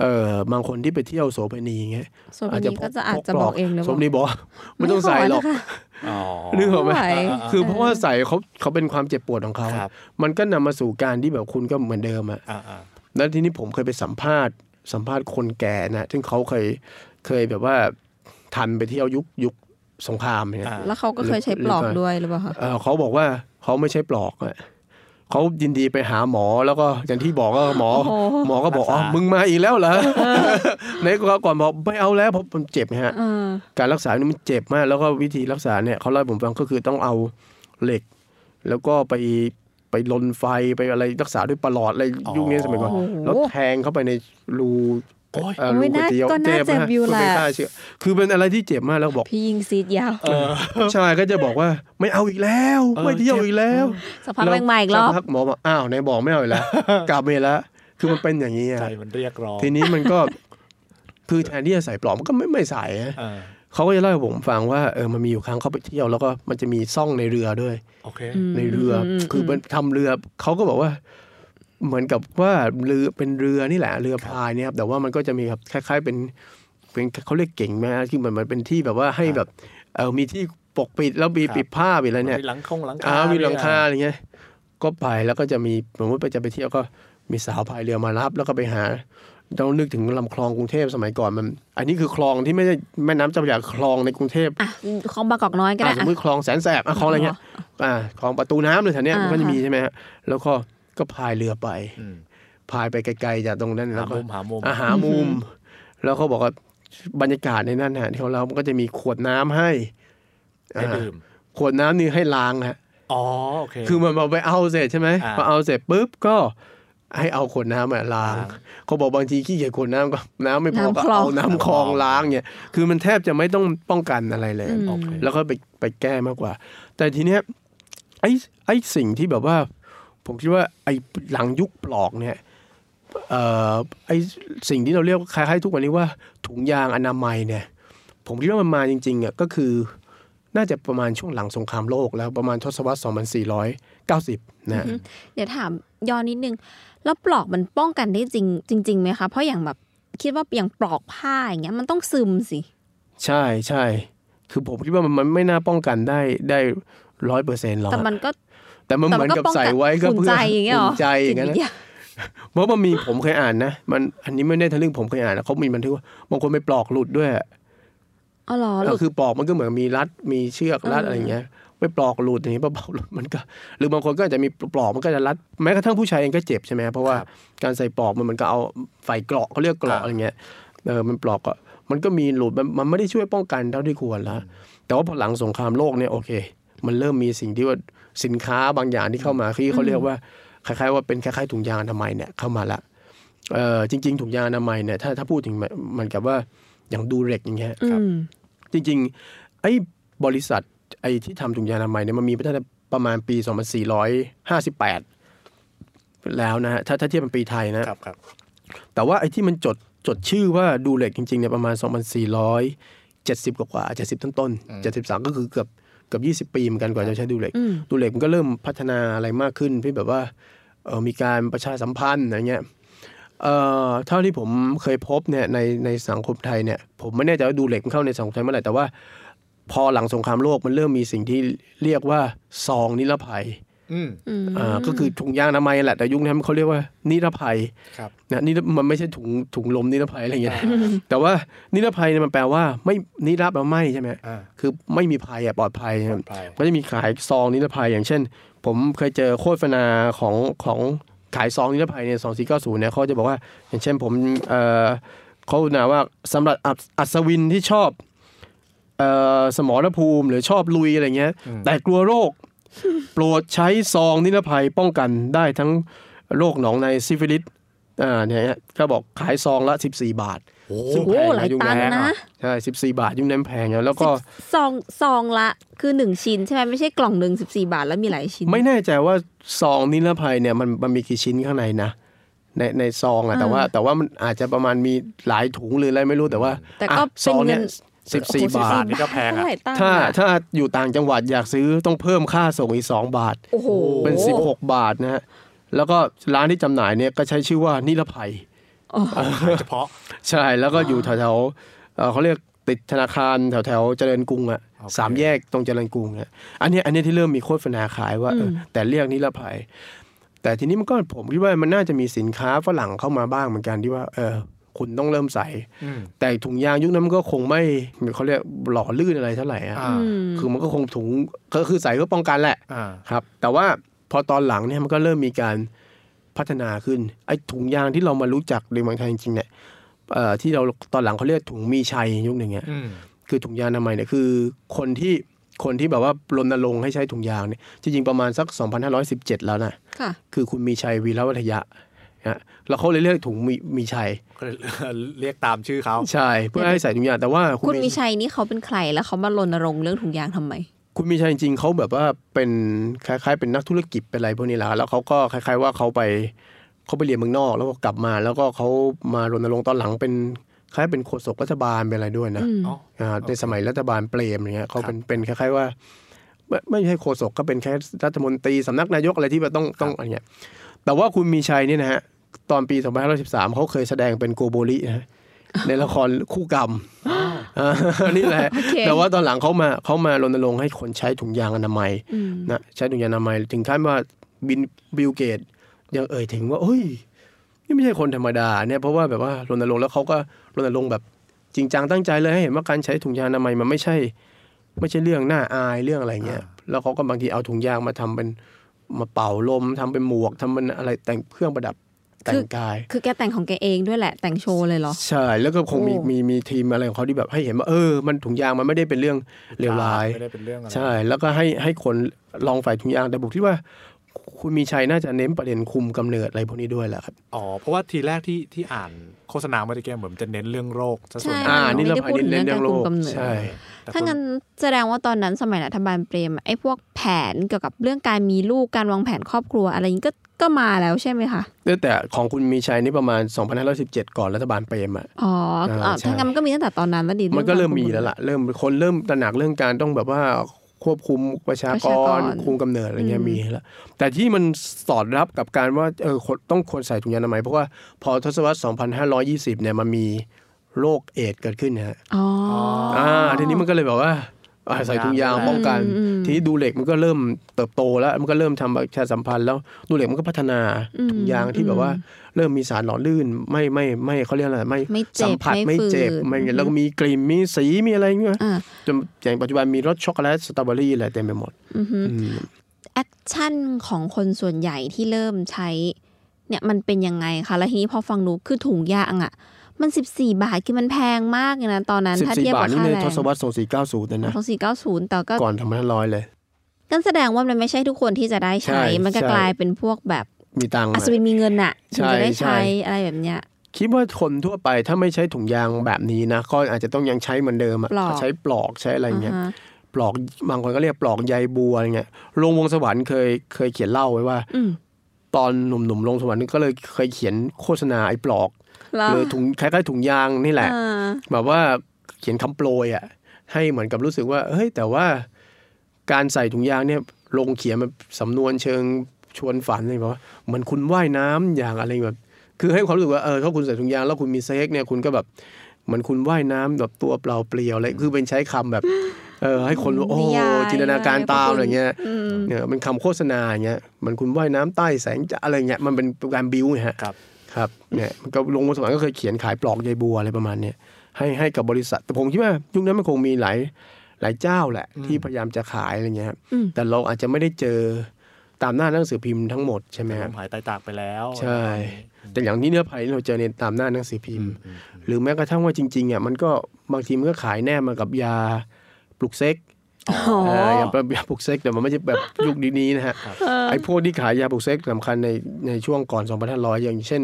เอ่อบางคนที่ไปเที่ยวโสเภณีอย่างเงี้ย ส่วนวันนี้ก็จะอาจจะบอกเองหรือ โส เป มนี ล่า บอกว่าไม่ต้องใส่หรอก ไม่ขนะคะ อ๋อ นึกออกไหม ไม่ไหว คือเพราะว่าใส่เขาเขาเป็นความเจ็บปวดของเขา ครับ มันก็นำมาสู่การที่แบบคุณก็เหมือนเดิมอะ อ่าอ่า แล้วทีนี้ผมเคยไปสัมภาษณ์ สัมภาษณ์คนแก่นะซึ่งเขาเคยเคยแบบว่าทันไปเที่ยวยุคยุคสงครามเนี่ย อ่า แล้วเขาก็เคยใช้ปลอกด้วยหรือเปล่าคะ เอ่อเขาบอกว่าเขาไม่ใช่ปลอกอะเขายินดีไปหาหมอแล้วก็อย่างที่บอกก็หมอ โอ้โห หมอก็บอกอ๋อ รักษามึ มึงมาอีกแล้วเหรอในก่อนบอกไม่เอาแล้วเพราะมันเจ็บไงฮะ เออ การรักษานี่มันเจ็บมาก แล้วก็วิธีรักษาเนี่ยเขาเล่าให้ผมฟังก็คือต้องเอาเหล็ก แล้วก็ไปไปลนไฟไปอะไรรักษาด้วยประหลอดอะไร อ๋อ ยุคนี้สมัยก่อน โอ้โห แล้วแทงเข้าไปในรู โอ้ย เอ่อ โอ้ รู ย ก๋วยเตี๋ยว น่าก็น่า เจ็บ เจ็บอยู่ คุณไม่ แหละ กล้าเชื่อคือเป็นอะไรที่เจ็บมากแล้วบอก พี่ยิงซีดยาว เออ ผู้ชายก็จะบอกว่าไม่เอาอีกแล้ว เออ ไม่เที่ยว เจ็บ อีกแล้ว สักพักแรงใหม่อีกรอบ สัพักหมอบอกอ้าวไหนบอกไม่เอา [LAUGHS] อีกแล้ว กลับไปแล้วคือมันเป็นอย่างนี้อะ ใจมันเรียกร้อง ทีนี้มันก็ คือแทนที่จะใส่ปลอมก็ไม่ไม่ใส่อะ เออ เขาก็จะเล่าให้ผมฟังว่าเออมันมีอยู่ครั้งเขาไปเที่ยวแล้วก็มันจะมีซ่องในเรือด้วย โอเค อืม ในเรืออ ม คือมันทำเรือเขาก็บอกว่า เหมือนกับว่าเรือเป็นเรือนี่แหละเรือพายเนี่ยครับแต่ว่ามันก็จะมีครับคล้ายๆเป็นเป็นเขาเรียกเก่งไหมฮะที่เหมือนมันเป็นที่แบบว่าให้แบบเออมีที่ปกปิดแล้วมี ครับ ปิดผ้าปิดอะไรเนี่ย มีหลังคงหลังคา อ่ามีหลังคา อ่ะ อะไรเงี้ย ก็ไปแล้วก็จะมีสมมติไปจะไปเที่ยวก็มีสาวพายเรือมารับ แล้วก็ไปหาเรานึกถึงลำคลองกรุงเทพสมัยก่อนมัน อันนี้คือคลองที่ไม่ใช่แม่น้ำเจ้าพระยาคลองในกรุงเทพ อ่ะของบางกอกน้อยก็ได้ อ่าสม อ่ะ มติคลองแสนแสบอ่ะคลองอะไรเงี้ยอ่าคลองประตูน้ำเลยแถวเนี้ย อ่ามั มันก็จะมีใช่ไหมฮะแล้วก็ก็พายเรือไป อืม พายไปไกลๆจากตรงนั้นแล้ หาว ก็ มุมหามุม อาหามุม แล้วเขาบอกว่าบรรยากาศในนั้นฮะที่เขาเล่ามันก็จะมีขวดน้ำให้ ให้ดื่ม อ่าขวดน้ำนี่ให้ล้างฮะ อ๋อโอเค คือมันเอาไปเอาเสร็จใช่ไหม อ่า พอเอาเสร็จปุ๊บก็ให้เอาขวดน้ำอะล้าง ล้าง เขาบอกบางทีขี้เกียจขวดน้ำก็น้ำไม่พอก็ น้ำคลอง เอาน้ำคลอง น้ำคลอง ล้างเนี่ย คือมันแทบจะไม่ต้องป้องกันอะไรเลย โอเค แล้วก็ไปไปแก้มากกว่า แต่ทีเนี้ยไอ้ไอ้สิ่งที่แบบว่า ผมคิดว่าไอ้หลังยุคปลอกเนี่ยเอ่อไอ้สิ่งที่เราเรียกคล้ายๆทุกวันนี้ว่าถุงยางอนามัยเนี่ย ผมคิดว่ามันมาจริงๆอ่ะก็คือ น่าจะประมาณช่วงหลังสงครามโลกแล้วประมาณทศวรรษ 2490 นะฮะ เดี๋ยวถามย้อนนิดนึง แล้วปลอกมันป้องกันได้จริง จริงๆไหมคะ เพราะอย่างแบบคิดว่าอย่างปลอกผ้าอย่างเงี้ยมันต้องซึมสิ ใช่ใช่ คือผมคิดว่ามันมันไม่น่าป้องกันได้ได้ร้อยเปอร์เซ็นต์หรอก แต่มันก็ แต่มัน แต่ เหมื มั อน ก็ กับ ป้อง ใส่ กัน ไว้ก็ อุ่น เพื่อ ใจอย่างเงี้ยเหรอ อุ่นใจอย่างนั้นนะ จิตวิทย เพราะมันมีผมเคยอ่านนะมันอันนี้ไม่ได้ทะลึ่งผมเคยอ่านนะเขามีบันทึกว่าบางคนไปปลอกหลุดด้วยอะ อ๋อเหรอห ก็ ลุด คือปลอกมันก็เหมือนมีรัดมีเชือกรัด เอออ อะไรอย่างเงี้ยไปปลอกหลุดอย่างนี้ยเบาๆหลุดมันก็ หรือบางคนก็อาจจะมีปลอกมันก็จะรัดแม้กระทั่งผู้ชายเองก็เจ็บใช่ไหมเพราะว่าการใส่ปลอกมันมันก็เอาไฟเกราะเขาเรียกเกราะอะไรเงี้ยเออมันปลอกก็มันก็มีหลุดมันมันไม่ได้ช่วยป้องกันเท่าที่ควรละแต่ว่าพอหลังสงครามโลกเนี่ยโอเค มันเริ่มมีสิ่งที่ว่าสินค้าบางอย่างที่เข้ามาที่เขาเรียกว่าคล้ายๆ ว่าเป็นคล้ายๆถุงยางอนามัยเนี่ยเข้ามาละ เออจริงๆถุงยางอนามัยเนี่ยถ้าถ้าพูดถึงมันมันกับว่าอย่างดูเร็กอย่างเงี้ย อืม จริงๆไอ้บริษัทไอ้ที่ทำถุงยางอนามัยเนี่ยมันมีมาตั้งแต่ประมาณปี 2458 แล้วนะฮะถ้าถ้าเทียบเป็นปีไทยนะ ครับครับ แต่ว่าไอ้ที่มันจดจดชื่อว่าดูเล็กจริงๆเนี่ยประมาณ 2,470 กว่ากว่าๆ70 ต้นต้นๆ73 ก็คือเกือบเกือบ20 ปีเหมือนกันกว่าจะใช้ดูเล็ก อืม ดูเล็กมันก็เริ่มพัฒนาอะไรมากขึ้นที่แบบว่าเออมีการประชาสัมพันธ์อะไรเงี้ยเอ่อเท่าที่ผมเคยพบเนี่ยในในสังคมไทยเนี่ยผมไม่แน่ใจว่าดูเล็กมันเข้าในสังคมไทยเมื่อไหร่แต่ว่า พอหลังสงครามโลกมันเริ่มมีสิ่งที่เรียกว่าซองนิรภัย อืม อืม อ่าก็คือถุงยางอนามัยแหละแต่ยุคนั้นเขาเรียกว่านิรภัย ครับ นะนี่มันไม่ใช่ถุงถุงลมนิรภัยอะไรอย่างเงี้ย แต่ว่านิรภัยเนี่ยมันแปลว่าไม่นิรับแล้วไม่ใช่ไหม อ่า คือไม่มีภัยอะปลอดภัย ป ค ล รั อบ ดภัย ก็จะมีขายซองนิรภัยอย่างเช่น ผมเคยเจอโฆษณาของของขายซองนิรภัยในสองสี่เก้าศูนย์เนี่ยเขาจะบอกว่า อย่างเช่นผมเอ่อโฆษณาว่าสำหรับอัศอัศวินที่ชอบเอ่อสมรภูมิหรือชอบลุยอะไรเงี้ย แต่กลัวโรค โปรดใช้ซองนิรภัยป้องกันได้ทั้งโรคหนองในซิฟิลิส อ่าเนี่ยฮะก็บอกขายซองละ 14 บาท โอ้ ซึ่ง โอ้โหหลายตังค์นะ ใช่14 บาทยุ่งน้ำแพงนะแล้วก็ ซองซองละคือหนึ่งชิ้นใช่ไหมไม่ใช่กล่องหนึ่งสิบสี่บาทแล้วมีหลายชิ้น ไม่แน่ใจว่าซองนิรภัยเนี่ยมันมันมีกี่ชิ้นข้างในนะในในซองอะแต่ว่าแต่ว่ามันอาจจะประมาณมีหลายถุงหรืออะไรไม่รู้แต่ว่า แต่ก็ อ่ะ เป็น ซองเนี่ย เงสิิบสี่ โอ้ บา โห ท 14เท่าไหร่ตังค์ ถ้า อะ ถ้าอยู่ต่างจังหวัดอยากซื้อต้องเพิ่มค่าส่งอีก 2 บาท โอ้โห เป็น 16 บาทนะฮะแล้วก็ร้านที่จำหน่ายเนี่ยก็ใช้ชื่อว่านิรภัย เฉพาะ ใช่แล้วก็อยู่แถวๆเอ่อเขาเรียกติดธนาคารแถวๆเจริญกรุงอะ โอเค สามแยกตรงเจริญกรุงอะอันเนี้ยอันเนี้ยที่เริ่มมีโฆษณาขายว่าเออแต่เรียกนิรภัย แต่ทีนี้มันก็ผมคิดว่ามันน่าจะมีสินค้าฝรั่งเข้ามาบ้างเหมือนกันที่ว่าเออคุณต้องเริ่มใส่ อืม แต่ถุงยางยุคนั้นมันก็คงไม่เขาเรียกหล่อลื่นอะไรเท่าไหร่อะ อ่า อืม คือมันก็คงถุงก็คือใส่เพื่อป้องกันแหละ อ่า ครับแต่ว่าพอตอนหลังเนี่ยมันก็เริ่มมีการพัฒนาขึ้นไอ้ถุงยางที่เรามารู้จักในเมืองไทยจริงๆเนี่ยเอ่อที่เราตอนหลังเขาเรียกถุงมีชัยยุคหนึ่งเนี่ย อืม คือถุงยางทำไมยเนี่ยคือคนที่คนที่แบบว่ารณรงค์ให้ใช้ถุงยางเนี่ยจริงๆประมาณสัก 2517 แล้วนะ ค่ะ คือคุณมีชัยวีระวัฒยะนะแล้วเขาเลยเรียกถุงมีมีชัย ก็เลย [LAUGHS] เรียกตามชื่อเขา ใช่เพื่อให้ใส่ถุงยางแต่ว่า คุณมี ชัย ชัยนี่เขาเป็นใครแล้วเขามารณรงค์เรื่องถุงยางทำไม คุณมีชัยจริงๆเขาแบบว่าเป็นคล้ายๆ เป็นนักธุรกิจเป็นอะไรพวกนี้แหละแล้วเขาก็คล้าย ๆ ว่าเขาไปเขาไปเรียนเมืองนอก แล้วก็กลับมา แล้วก็เขามารณรงค์ตอนหลังเป็นคล้ายเป็นโฆษกรัฐบาลเป็นอะไรด้วยนะ อ๋อ อ่าในสมัยรัฐบาลเปรมอย่างเงี้ยเขาเป็น ครับ เป็นคล้าย ๆว่า ไม่ไม่ใช่โฆษกก็เป็นแค่รัฐมนตรีสำนักนายกอะไรที่แบบต้องต้องอะไรเงี้ย แต่ว่าคุณมีชัยเนี่ยนะฮะ ตอนปี 2513เขาเคยแสดงเป็นโกโบรินะฮะในละครคู่กรรมอ่า [LAUGHS] นี่แหละ โอเค แต่ว่าตอนหลังเขามาเขามารณรงค์ให้คนใช้ถุงยางอนามัย อืม นะใช้ถุงยางอนามัยถึงขั้นว่าบินบิลเกตยังเอ่ยถึงว่าเอ้ย นี่ไม่ใช่คนธรรมดาเนี่ยเพราะว่าแบบว่ารณรงค์แล้วเขาก็รณรงค์แบบจริงจังตั้งใจเลยให้เห็นว่าการใช้ถุงยางอนามัยมันไม่ใช่ ไม่ใช่เรื่องน่าอายเรื่องอะไรเงี้ย แล้วเขาก็บางทีเอาถุงยางมาทำเป็นมาเป่าลมทำเป็นหมวกทำเป็นอะไรแต่งเครื่องประดับแต่งกาย คือแกแต่งของแกเองด้วยแหละ แต่งโชว์เลยเหรอ ใช่แล้วก็คงมี โอ้ มีมีทีมอะไรของเขาที่แบบให้เห็นว่าเออ มันถุงยางมันไม่ได้เป็นเรื่องเลวร้าย ไม่ได้เป็นเรื่องอะไร ใช่ แล้วก็ให้ให้คนลองฝ่ายถุงยางแต่บุกที่ว่า คุณมีชัยน่าจะเน้นประเด็นคุมกำเนิดอะไรพวกนี้ด้วยแหละครับ อ๋อเพราะว่าทีแรกที่ที่อ่านโฆษณาเมื่อตะกี้เหมือนจะเน้นเรื่องโรคซะส่วนใหใช่อ่า ญ่ นี่ ไม่ เรา ได้พูดถึงเรื่องการคุมกำเนิด ใช่ แต่ ถ้างั้นแสดงว่าตอนนั้นสมัยรัฐบาลเปรมไอ้พวกแผนเกี่ยวกับเรื่องการมีลูกการวางแผนครอบครัวอะไรนี้ก็ก็มาแล้วใช่ไหมคะ แต่แต่ของคุณมีชัยนี่ประมาณ 2517 ก่อนรัฐบาลเปรมอ่ะ อ๋อ อ่า อ่ะ ใช่ ถ้างั้นมันก็มีตั้งแต่ตอนนั้นแล้วดิ มันก็เริ่มมี อง แล้ว กา ล่ะ เริ่มคนเริ่มตระหนักเรื่องการต้องแบบว่าควบคุมประชา ประ ก ชาก ร ร คุมกำเนิดอะไรเงี้ย อืม มีแล้วแต่ที่มันสอดรับกับการว่าเออคนต้องคนใส่ถุงยางอนามัยเพราะว่าพอทศวรรษ 2520 เนี่ยมันมีโรคเอดส์เกิดขึ้นนะฮะ อ๋ออ อ่าทีนี้มันก็เลยแบบว่าอ่าใส่ถุงยางป้องกัน อืมอืม ทีนี้ดูเหล็กมันก็เริ่มเติบโตแล้ว มันก็เริ่มทำประชาสัมพันธ์แล้วดูเหล็กมันก็พัฒนา อืม ถุงยางที่แบบว่า เริ่มมีสารหล่อลื่นไม่ไม่ไม่เขาเรียกอะไรไม่ ไม่เจ็บ สัมผัส ไม่ ไม่ ฝืน เจ็บไม่ อืม แล้วก็มีกลิ่นมีสีมีอะไรอย่างเงี้ย อ่า จนอย่างปัจจุบันมีรสช็อกโกแลตสตรอเบอรี่อะไรเต็มไปหมด อือฮึ อืม แอคชั่นของคนส่วนใหญ่ที่เริ่มใช้ เนี่ยมันเป็นยังไงคะแล้วทีนี้พอฟังดูคือถุงยางอ่ะ มัน 14 บาทคือมันแพงมากเลยนะตอนนั้น สิบ ถ้าเทียบบสี่า กั ท บ นี่ ค่า ใน แรง ทศวรรษสองสี่เก้าศูนย์นะนะ สองสี่เก้าศูนย์แต่ก็ ก่อนทำพันร้อยเลย กันแสดงว่ามันไม่ใช่ทุกคนที่จะได้ใช้ ใช่ มันก็ ใช่ กลายเป็นพวกแบบ มีตังค์ อั อะ ศวินมีเงินอะถึงจะได้ ใช่ใช่ ใช้อะไรแบบเนี้ย คิดว่าคนทั่วไปถ้าไม่ใช้ถุงยางแบบนี้นะก็อาจจะต้องยังใช้เหมือนเดิมอะ ปลอก ใช้ปลอกใช้อะไรอย่างเงี้ย อ่าฮะ ปลอกบางคนก็เรียกปลอกใยบัวอะไรเงี้ยลงวงสวรรค์เคยเคยเขียนเล่าไว้ว่า อืม ตอนหนุ่มๆลงสวรรค์ก็เลยเคยเขียนโฆษณาไอ้ปลอก แล้ว หรือถุงคล้ายๆถุงยางนี่แหละ อ่า แบบว่าเขียนคำโปรยอ่ะให้เหมือนกับรู้สึกว่าเฮ้ยแต่ว่าการใส่ถุงยางเนี่ยลงเขียนแบบสำนวนเชิงชวนฝันเลยบอกว่าเหมือนคุณว่ายน้ำอย่างอะไรแบบ คือให้ความรู้สึกว่าเออถ้าคุณใส่ถุงยางแล้วคุณมีเซ็กเนี่ยคุณก็แบบเหมือนคุณว่ายน้ำแบบตัวเปล่าเปลี่ยวอะไรคือเป็นใช้คำแบบเออให้คนว่าโอ้ ยย จินตนาการตามอะไรเงี้ย อืม เนี่ยมันคำโฆษณาอย่างเงี้ยเหมือนคุณว่ายน้ำใต้แสงจะอะไรเงี้ยมันเป็นการบิวไงฮะ ครับ ครับเนี่ยมันก็ลงบนสมัครก็เคยเขียนขายปลอกใยบัวอะไรประมาณเนี้ยให้ให้กับบริษัท แต่ผมคิดว่ายุคนั้นมันคงมีหลายหลายเจ้าแหละ อืม ที่พยายามจะขายอะไรเงี้ยครับ อืม แต่เราอาจจะไม่ได้เจอตามหน้าหนังสือพิมพ์ทั้งหมดใช่ไหมคแต่ล รับ มหายตายจากไปแล้ว ใช่ อะไรอย่างเงี้ย แต่อย่างนี้เนื้อภัยเราเจอในตามหน้าหนังสือพิมพ์ หรือแม้กระทั่งว่าจริงๆอ่ะมันก็บางทีมันก็ขายแนบมากับยาปลุกเซ็ก อ๋อ เอ่ออย่างแบบยาปลุกเซ็กแต่มันไม่ใช่แบบยุคนี้นะฮะ เออ ไอ้พวกที่ขายยาปลุกเซ็กสำคัญในในช่วงก่อน 2,500 อย่างเช่น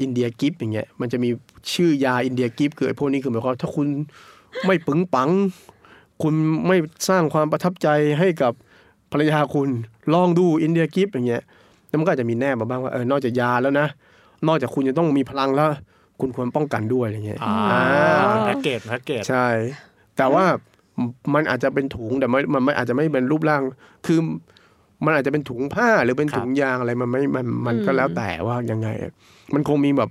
อินเดียกิฟต์อย่างเงี้ยมันจะมีชื่อยาอินเดียกิฟต์คือไอ้พวกนี้คือหมายความว่าถ้าคุณไม่ปึงปัง คุณไม่สร้างความประทับใจให้กับภรรยาคุณลองดูอินเดียกิฟต์อย่างเงี้ยแล้วมันก็อาจจะมีแนบมาบ้างว่าเออนอกจากยาแล้วนะ นอกจากคุณจะต้องมีพลังแล้ว คุณควรป้องกันด้วยอะไรเงี้ย อ่าแพ็กเกจแพ็กเกจ ใช่ แต่ว่ามันอาจจะเป็นถุงแต่ไม่มันไม่อาจจะไม่เป็นรูปร่าง คือมันอาจจะเป็นถุงผ้าหรือเป็น ครับ ถุงยางอะไรมันไม่มันมันก็แล้วแต่ว่ายังไง มันคงมีแบบ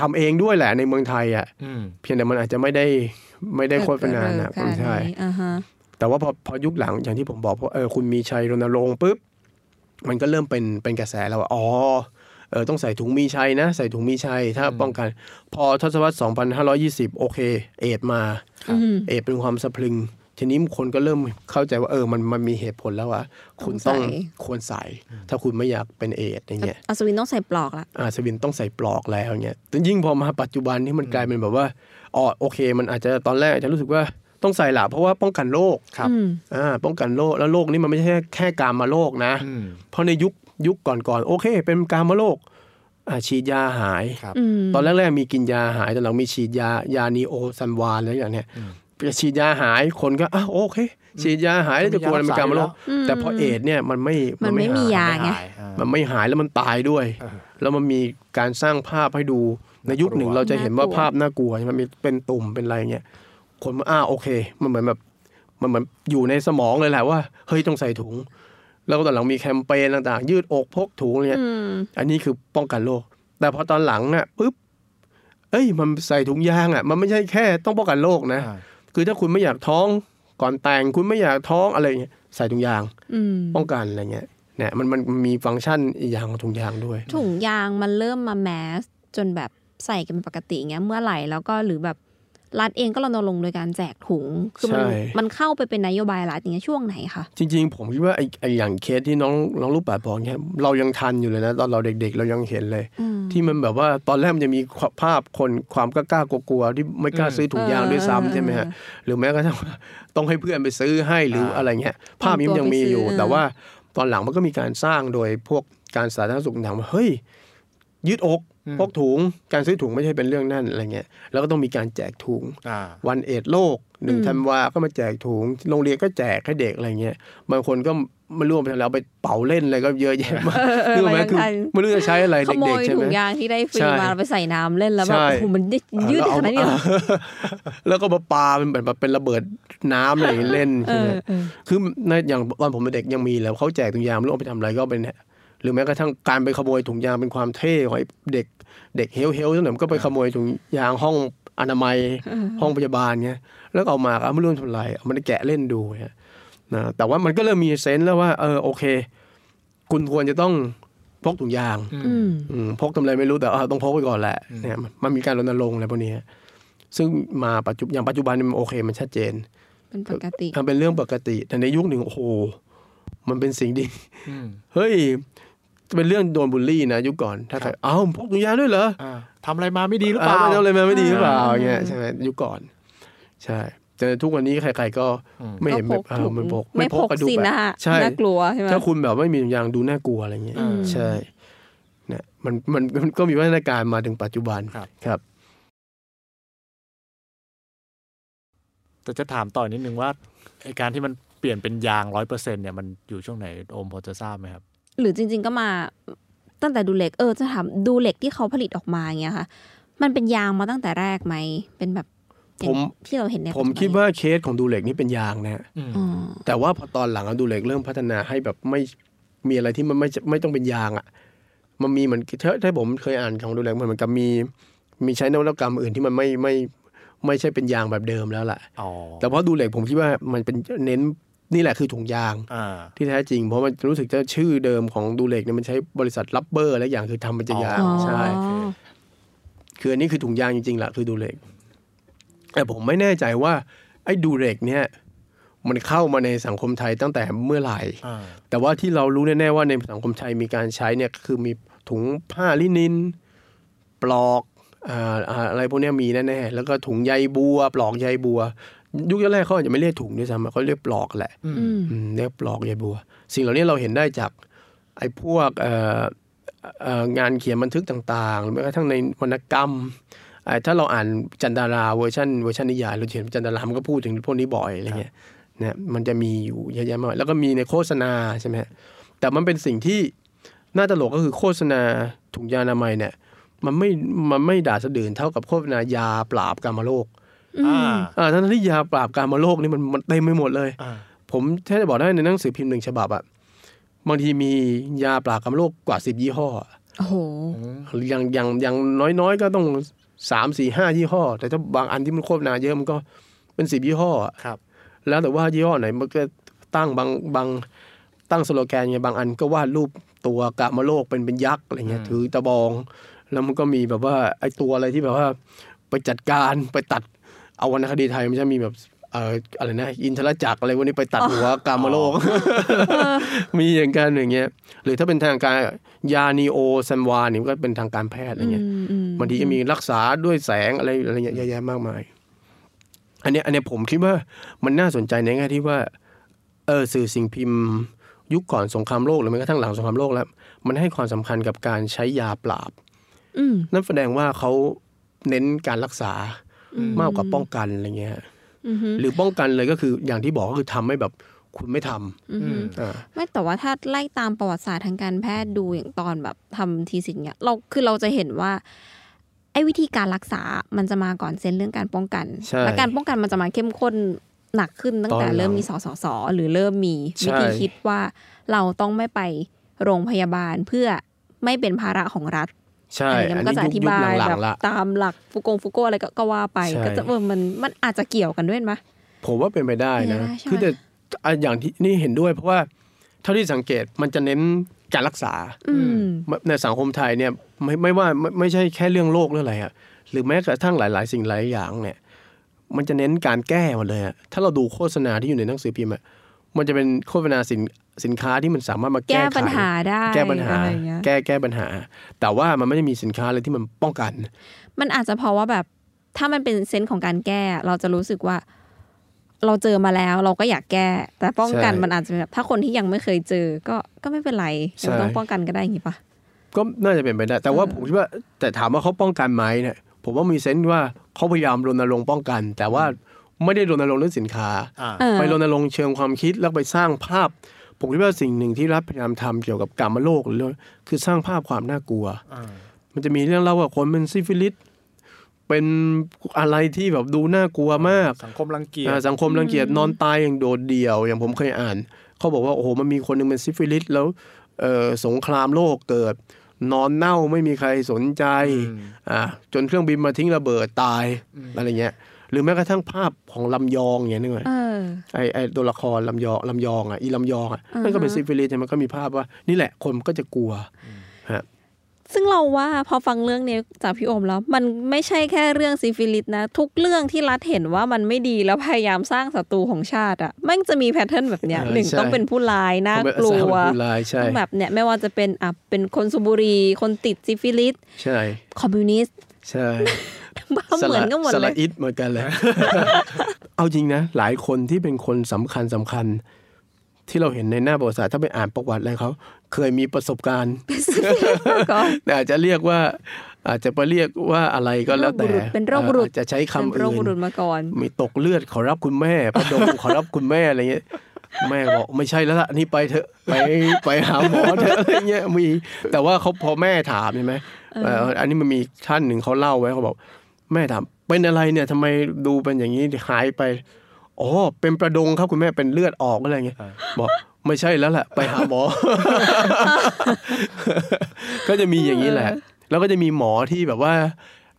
ทำเองด้วยแหละในเมืองไทยอ่ะ อืม เพียงแต่มันอาจจะไม่ได้ไม่ได้โฆษณา เกิ นะ ดเกิด ใช่ การนี้อ่าฮะ แต่ว่าพอพอยุคหลังอย่างที่ผมบอกพอเออคุณมีชัยรณรงค์ปุ๊บมันก็เริ่มเป็นเป็นกระแสแล้วว่าอ๋อเออต้องใส่ถุงมีชัยนะ ใส่ถุงมีชัยถ้า อืม ป้องกัน พอทศวรรษ 2520 โอเค เอดส์มา ครับ อืม เอดเป็นความสะพรึง ทีนี้คนก็เริ่มเข้าใจว่าเออมันมันมีเหตุผลแล้วว่าคุณ ต้ ต้ อ องง ใส่ ควรใส่ ถ้าคุณไม่อยากเป็นเอดอย่างเงี้ย อัศวินต้องใส่ปลอกละ อาสวินต้องใส่ปลอกแล้วอย่างเงี้ยแต่ยิ่งพอมาปัจจุบันที่มันกลายเป็นแบบว่าอ๋อโอเค มันอาจจะตอนแรกอาจจะรู้สึกว่าต้องใส่ละเพราะว่าป้องกันโรค ครับ อืม อ่าป้องกันโรคแล้วโรคนี้มันไม่ใช่แค่การมาโรคนะ อืม เพราะในยุคยุคก่อนๆโอเค เป็นการมาโรคอ่าฉีดยาหาย ครับ อืม ตอนแรกๆมีกินยาหายตอนหลังมีฉีดยายานีโอซันวานอะไรอย่างเนี้ย อืม ฉีดยาหายคนก็อ้าวโอเค ฉีดยาหายแล้วจะกลัวอะไรเป็นการมาโรคแต่พอเอดส์เนี่ยมันไม่ มันไม่มี ห ยาหไงยอ่า มันไม่หายแล้วมันตายด้วย เออ แล้วมันมีการสร้างภาพให้ดูในยุคหนึ่ง น่ากลัว เราจะเห็นว่า น่ากลัว ภาพน่ากลัวมันมีเป็นตุ่มเป็นอะไรเงี้ยคนว่าอ้าวโอเค มันเหมือนแบบมันเหมือนอยู่ในสมองเลยแหละว่าเฮ้ยต้องใส่ถุง แล้วก็ตอนหลังมีแคมเปญต่างๆ ยืดอกพกถุงเนี่ย อืม อันนี้คือป้องกันโรค แต่พอตอนหลังน่ะปุ๊บ เอ้ย มันใส่ถุงยางอ่ะ มันไม่ใช่แค่ต้องป้องกันโรคนะ อ่า คือถ้าคุณไม่อยากท้องก่อนแต่งคุณไม่อยากท้องอะไรอย่างเงี้ยใส่ถุงยาง อืม ป้องกันอะไรเงี้ยเนี่ยมันมันมีฟังก์ชันอีกอย่างของถุงยางด้วย ถุงยางมันเริ่มมาแมสจนแบบใส่กันเป็นปกติอย่างเงี้ยเมื่อไหร่แล้วก็หรือแบบรัฐเองก็รณรงค์โดยการแจกถุงคือมัน ใช่ มันเข้าไปเป็นนโยบายรัฐอย่างเงี้ยช่วงไหนคะ จริงๆ ผมคิดว่าไอ้ไอ้อย่างเคสที่น้องน้องลูกป่าบอกเนี่ยเรายังทันอยู่เลยนะ ตอนเราเด็กๆ เรายังเห็นเลย อืม ที่มันแบบว่าตอนแรกมันจะมีภาพคนความกล้าๆกลัวๆที่ไม่กล้า อืม ซื้อถุงยางด้วยซ้ำใช่ไหมฮะ หรือแม้กระทั่งว่าต้องให้เพื่อนไปซื้อให้หรืออะไรเงี้ยภาพนี้มันยังมีอยู่ ตัวไปซื้อ แต่ว่าตอนหลังมันก็มีการสร้างโดยพวกการสาธารณสุขต่างๆว่าเฮ้ยยืดอกพกถุงการซื้อถุงไม่ใช่เป็นเรื่องนั่นอะไรเงี้ยแล้วก็ต้องมีการแจกถุง อ่า วันเอดโลกหนึ่ง อืม ธันวาก็มาแจกถุงโรงเรียนก็แจกให้เด็กอะไรเงี้ยบางคนก็ไม่ร่วมแล้วไปเป่าเล่นอะไรก็เยอะแยะมากรู้ไหมคือไม่รู้จะใช้อะไร ขโม เด็ก ย ๆใช่ ถุ ไหม งยางที่ได้ฟรี ใช่ มาแล้วไปใส่น้ำเล่นแล้วแบบ ใช่ โอ้โหมันยืด เอ ขนาดนี้เหรอ [LAUGHS] แล้วก็มาปาเป็นแบบเป็นระเบิดน้ำอะไรอย่างเงี้ยเล่น เอ ใช่ไหม อเออ คือในอย่างตอนผมเป็นเด็กยังมีแล้วเขาแจกถุงยางไม่รู้เอาไปทำอะไรก็เป็นเนี่ยหรือแม้กระทั่งการไปขโมยถุงยางเป็นความเท่ของไอ้เด็กเด็กเฮลเฮลนั่นแหละมันก็ไปขโมยถุงยางห้องอนามัยห้องพยาบาลเงี้ยแล้วก็เอามาก็เอาไม่รู้ทำอะไรเอามันแกะเล่นดูเงี้ยนะแต่ว่ามันก็เริ่มมีเซนส์แล้วว่า เออโอเค คุณควรจะต้องพกถุงยาง อืม อืมพกทำอะไรไม่รู้แต่เอาต้องพกไปก่อนแหละเนี่ยมันมันมีการรณรงค์อะไรพวกเนี้ยซึ่งมาปัจจุบันอย่างปัจจุบันเนี่ยมันโอเคมันชัดเจน เป็นปกติ มันเป็นเรื่องปกติ แต่ในยุคหนึ่งโอ้โห มันเป็นสิ่ง [LAUGHS] ดี อืม เฮ้ยเป็นเรื่องโดนบูลลี่นะยุคก่อน ถ้าใครเอ้าพวกถุงยางด้วยเหรอ อ่าทำอะไรมาไม่ดีหรือเปล่า เอ้าทำอะไรมาไม่ดีหรือเปล่า อ่า เงี้ยใช่ไหมยุคก่อน ใช่ แต่ทุกวันนี้ใครๆก็ อืม ไม่เห็น ก็ แบบ พกถุง เออมันพก ไม่พก ระดู สิ แบบ นะ ใช่ น่ากลัวใช่ไหม ถ้าคุณแบบไม่มีถุงยางดูน่ากลัวอะไรเงี้ย อืม ใช่เนี่ยมันมันมันก็มีวัฒนาการมาถึงปัจจุบัน ครับ ครับ แต่จะถามต่อนิดนึงว่าไอการที่มันเปลี่ยนเป็นยางร้อยเปอร์เซ็นเนี่ยมันอยู่ช่วงไหนโอมพอจะทราบไหมครับ หรือจริง ๆ ก็มาตั้งแต่ดูเหล็กเออจะถามดูเหล็กที่เขาผลิตออกมาอย่างเงี้ยค่ะ มันเป็นยางมาตั้งแต่แรกไหมเป็นแบบอย่าผงม ที่เราเห็นในปัจ ผ จุ ม บัน คิดว่าเคสของดูเหล็กนี่เป็นยางนะฮะ อืม อ๋อ แต่ว่าพอตอนหลังอะดูเหล็กเริ่มพัฒนาให้แบบไม่มีอะไรที่มันไม่ไม่ต้องเป็นยางอ่ะ มันมีเหมือนถ้าถ้าผมเคยอ่านของดูเหล็กมันเหมือนกับมี มีใช้นวัตกรรมอื่นที่มันไม่ไม่ไม่ใช่เป็นยางแบบเดิมแล้วแหละ อ๋อ แต่เพราะดูเหล็กผมคิดว่ามันเป็นเน้นนี่แหละคือถุงยาง อ่า ที่แท้จริง เพราะมันรู้สึกจะชื่อเดิมของดูเหล็กเนี่ยมันใช้บริษัทรับเบอร์และอย่างคือทำมาจากยาง อ๋อ ใช่ คืออันนี้คือถุงยางจริงๆแหละคือดูเหล็ก แต่ผมไม่แน่ใจว่า ไอ้ดูเหล็กเนี่ย มันเข้ามาในสังคมไทยตั้งแต่เมื่อไหร่ อ่า แต่ว่าที่เรารู้แน่ๆว่าในสังคมไทยมีการใช้เนี่ยคือมีถุงผ้าลินิน ปลอกอ่าอ่าอะไรพวกเนี้ยมีแน่ๆแล้วก็ถุงใยบัว ปลอกใยบัว ยุคแรกๆเขาอาจจะไม่เรียกถุงด้วยซ้ำเขาเรียกปลอกแหละ อืม อืมเรียกปลอกใยบัว สิ่งเหล่านี้เราเห็นได้จากไอ้พวกเอ่อเอ่องานเขียนบันทึกต่างๆหรือแม้กระทั่งในวรรณกรรมเอ่อถ้าเราอ่านจันดาราเวอร์ชันเวอร์ชันนิยายเราจะเห็นจันดารามันก็พูดถึงพวกนี้บ่อยอะไรเงี้ยนะมันจะมีอยู่เยอะแยะมากมายแล้วก็มีในโฆษณาใช่ไหมฮะแต่มันเป็นสิ่งที่น่าตลกก็คือโฆษณาถุงยางอนามัยเนี่ยมันไม่มันไม่ด่าสะดือนเท่ากับโฆษณายาปราบกามโรค อ่า อ่าทั้งๆที่ยาปราบกามโรคนี่มันมันเต็มไปหมดเลย อ่า ผมแค่จะบอกได้ในหนังสือพิมพ์หนึ่งฉบับอะบางทีมียาปราบกามโรคกว่าสิบยี่ห้ออะ โอ้โห อืม อย่างอย่างอย่างน้อยๆ ก็ต้องสามสี่ห้ายี่ห้อ แต่ถ้าบางอันที่มันโฆษณาเยอะมันก็เป็นสิบยี่ห้ออะ ครับ แล้วแต่ว่ายี่ห้อไหนมันก็ตั้งบางบางตั้งสโลแกนไงบางอันก็วาดรูปตัวกามโลกเป็นเป็นยักษ์อะไรเงี้ย อืม ถือตะบอง แล้วมันก็มีแบบว่าไอตัวอะไรที่แบบว่าไปจัดการไปตัดเอาวรรณคดีไทยมันจะมีแบบเอ่ออะไรนะอินทรจักรอะไรพวันนี้ไปตัดหัวกามโลก [LAUGHS] มีอย่างกันอย่างเงี้ยหรือถ้าเป็นทางการยานีโอซันวานี่มันก็เป็นทางการแพทย์อะไรเงี้ยบางทีก็มีรักษาด้วยแสงอะไรอะไรเงี้ยเยอะแยะมากมาย อันเนี้ยอันเนี้ยผมคิดว่ามันน่าสนใจในแง่ที่ว่าเออสื่อสิ่งพิมพ์ ยุคก่อนสงครามโลกหรือแม้กระทั่งหลังสงครามโลกแล้ว มันให้ความสำคัญกับการใช้ยาปราบ อืม นั่นแสดงว่าเขาเน้นการรักษา อืม มากกว่าป้องกันอะไรเงี้ย อืมฮึ หรือป้องกันเลยก็คืออย่างที่บอกก็คือทำให้แบบคุณไม่ทำ อืมฮึ อ่า ไม่แต่ว่าถ้าไล่ตามประวัติศาสตร์ทางการแพทย์ดูอย่างตอนแบบทำทีสินเนี่ยเราคือเราจะเห็นว่า ไอ้วิธีการรักษา มันจะมาก่อนเซนเรื่องการป้องกัน ใช่ และการป้องกันมันจะมาเข้มข้น หนักขึ้นตั้งแต่ ตอนหลัง เริ่มมีสสสหรือเริ่มมี ใช่ วิธีคิดว่าเราต้องไม่ไปโรงพยาบาลเพื่อไม่เป็นภาระของรัฐ ใช่ อะไรเงี้ย อัน มันก็ นี้ จะอ ยุค ธิ ยุค บาย หลั แบ ง บ ๆละ ตามหลักฟุกงฟุโกะอะไรก็ก็ว่าไป ใช่ ก็จะเออมันมันอาจจะเกี่ยวกันด้วยมะ ผมว่าเป็นไปได้นะ เป็นไปได้ใช่ไหม คือแต่อ่ะอย่างที่นี่เห็นด้วยเพราะว่าเท่าที่สังเกตมันจะเน้นการรักษา อืม ในสังคมไทยเนี่ยไม่ไม่ว่าไม่ไม่ใช่แค่เรื่องโรคเรื่องอะไรอะหรือแม้กระทั่งหลาย ๆ สิ่งหลายอย่างเนี่ย มันจะเน้นการแก้หมดเลยอะถ้าเราดูโฆษณาที่อยู่ในหนังสือพิมพ์อะมันจะเป็นโฆษณาสินสินค้าที่มันสามารถมาแก้ แก้ ไข ปัญหาได้ แก้ปัญหา อะไรเงี้ย แก้แก้ปัญหา แต่ว่ามันไม่ได้มีสินค้าอะไรที่มันป้องกัน มันอาจจะเพราะว่าแบบถ้ามันเป็นเซนส์ของการแก้ เราจะรู้สึกว่า เราเจอมาแล้ว เราก็อยากแก้ แต่ป้องกัน ใช่ มันอาจจะเป็นแบบถ้าคนที่ยังไม่เคยเจอ ก็ก็ไม่เป็นไร ใช่ เราต้องป้องกันก็ได้อย่างงี้ปะ ก็น่าจะเป็นไปได้ แต่ว่า เออ ผมคิดว่าแต่ถามว่าเขาป้องกันไหมเนี่ย ผมว่ามีเซนส์ว่าเขาพยายามรณรงค์ป้องกัน แต่ว่าไม่ได้รณรงค์เรื่องสินค้า อ่า เออ ไปรณรงค์เชิงความคิดแล้วไปสร้างภาพ ผมคิดว่าสิ่งหนึ่งที่รัฐพยายามทำเกี่ยวกับการมาโลกหรือเรื่องคือสร้างภาพความน่ากลัว อ่า มันจะมีเรื่องเล่าว่าคนเป็นซิฟิลิสเป็นอะไรที่แบบดูน่ากลัวมาก สังคมรังเกียจ อ่าสังคมรังเกียจนอนตายอย่างโดดเดี่ยว อย่างผมเคยอ่าน เขาบอกว่าโอ้โหมันมีคนหนึ่งเป็นซิฟิลิสแล้วเอ่อสงครามโลกเกิด นอนเน่าไม่มีใครสนใจ อืม อ่าจนเครื่องบินมาทิ้งระเบิดตายอะไรเงี้ย หรือแม้กระทั่งภาพของลำยองอย่างเงี้ยนึกไหม เออ ไอ้ไอ้ตัวละครลำยองลำยองอ่ะอีลำยองอ่ะ อ่าฮะ นั่นก็เป็นซิฟิลิสเนี่ยมันก็มีภาพว่า นี่แหละคนก็จะกลัว ซึ่งเราว่าพอฟังเรื่องนี้จากพี่โอมแล้ว มันไม่ใช่แค่เรื่องซิฟิลิสนะ ทุกเรื่องที่รัฐเห็นว่ามันไม่ดีแล้วพยายามสร้างศัตรูของชาติอะแมันจะมีแพทเทิร์นแบบเนี้ย เออ หนึ่ง ใช่ ต้องเป็นผู้ร้ายน่ากลั คน ว เป็นผู้ร้ายใช่ ต้องแบบเนี้ยไม่ว่าจะเป็นอ่ะเป็นคนสูบบุหรีคนติดซิฟิลิส ใช่ คอมมิวนิสต์ [LAUGHS] ใช่ บ้าเหมือนกันหมด ส เล ละ ย อิดเหมือนกันเลย [LAUGHS] เอาจริงนะ หลายคนที่เป็นคนสำคัญสำคัญ ที่เราเห็นในหน้าประวัติศาสตร์ถ้าไปอ่านประวัติอะไรเขาเคยมีประสบการณ์ ก็ แต่อาจจะเรียกว่า อาจจะไปเรียกว่าอะไรก็แล้วแต่ เป็นโรคบุรุษ อาจจะใช้ [LAUGHS] คำอื่เป็นน โรคบุรุษมาก่อน มีตกเลือดขอรับคุณแม่ประดม [LAUGHS] ขอรับคุณแม่อะไรเงี้ยแม่ก็บอกไม่ใช่แล้วล่ะนี่ไปเถอะไปไปหาหมอเถอะอะไรเงี้ยมี แต่ว่าเขาพอแม่ถามใช่ไหมเอ่ออันนี้มันมีท่านหนึ่งเขาเล่าไว้เขาบอก แม่ถามเป็นอะไรเนี่ยทำไมดูเป็นอย่างนี้หายไปอ๋อเป็นประดงครับคุณแม่เป็นเลือดออกอะไรเงี้ยบอกไม่ใช่แล้วแหละไปหาหม [LAUGHS] อ ก็จะมีอย่างนี้แหละ แล้วก็จะมีหมอที่แบบว่า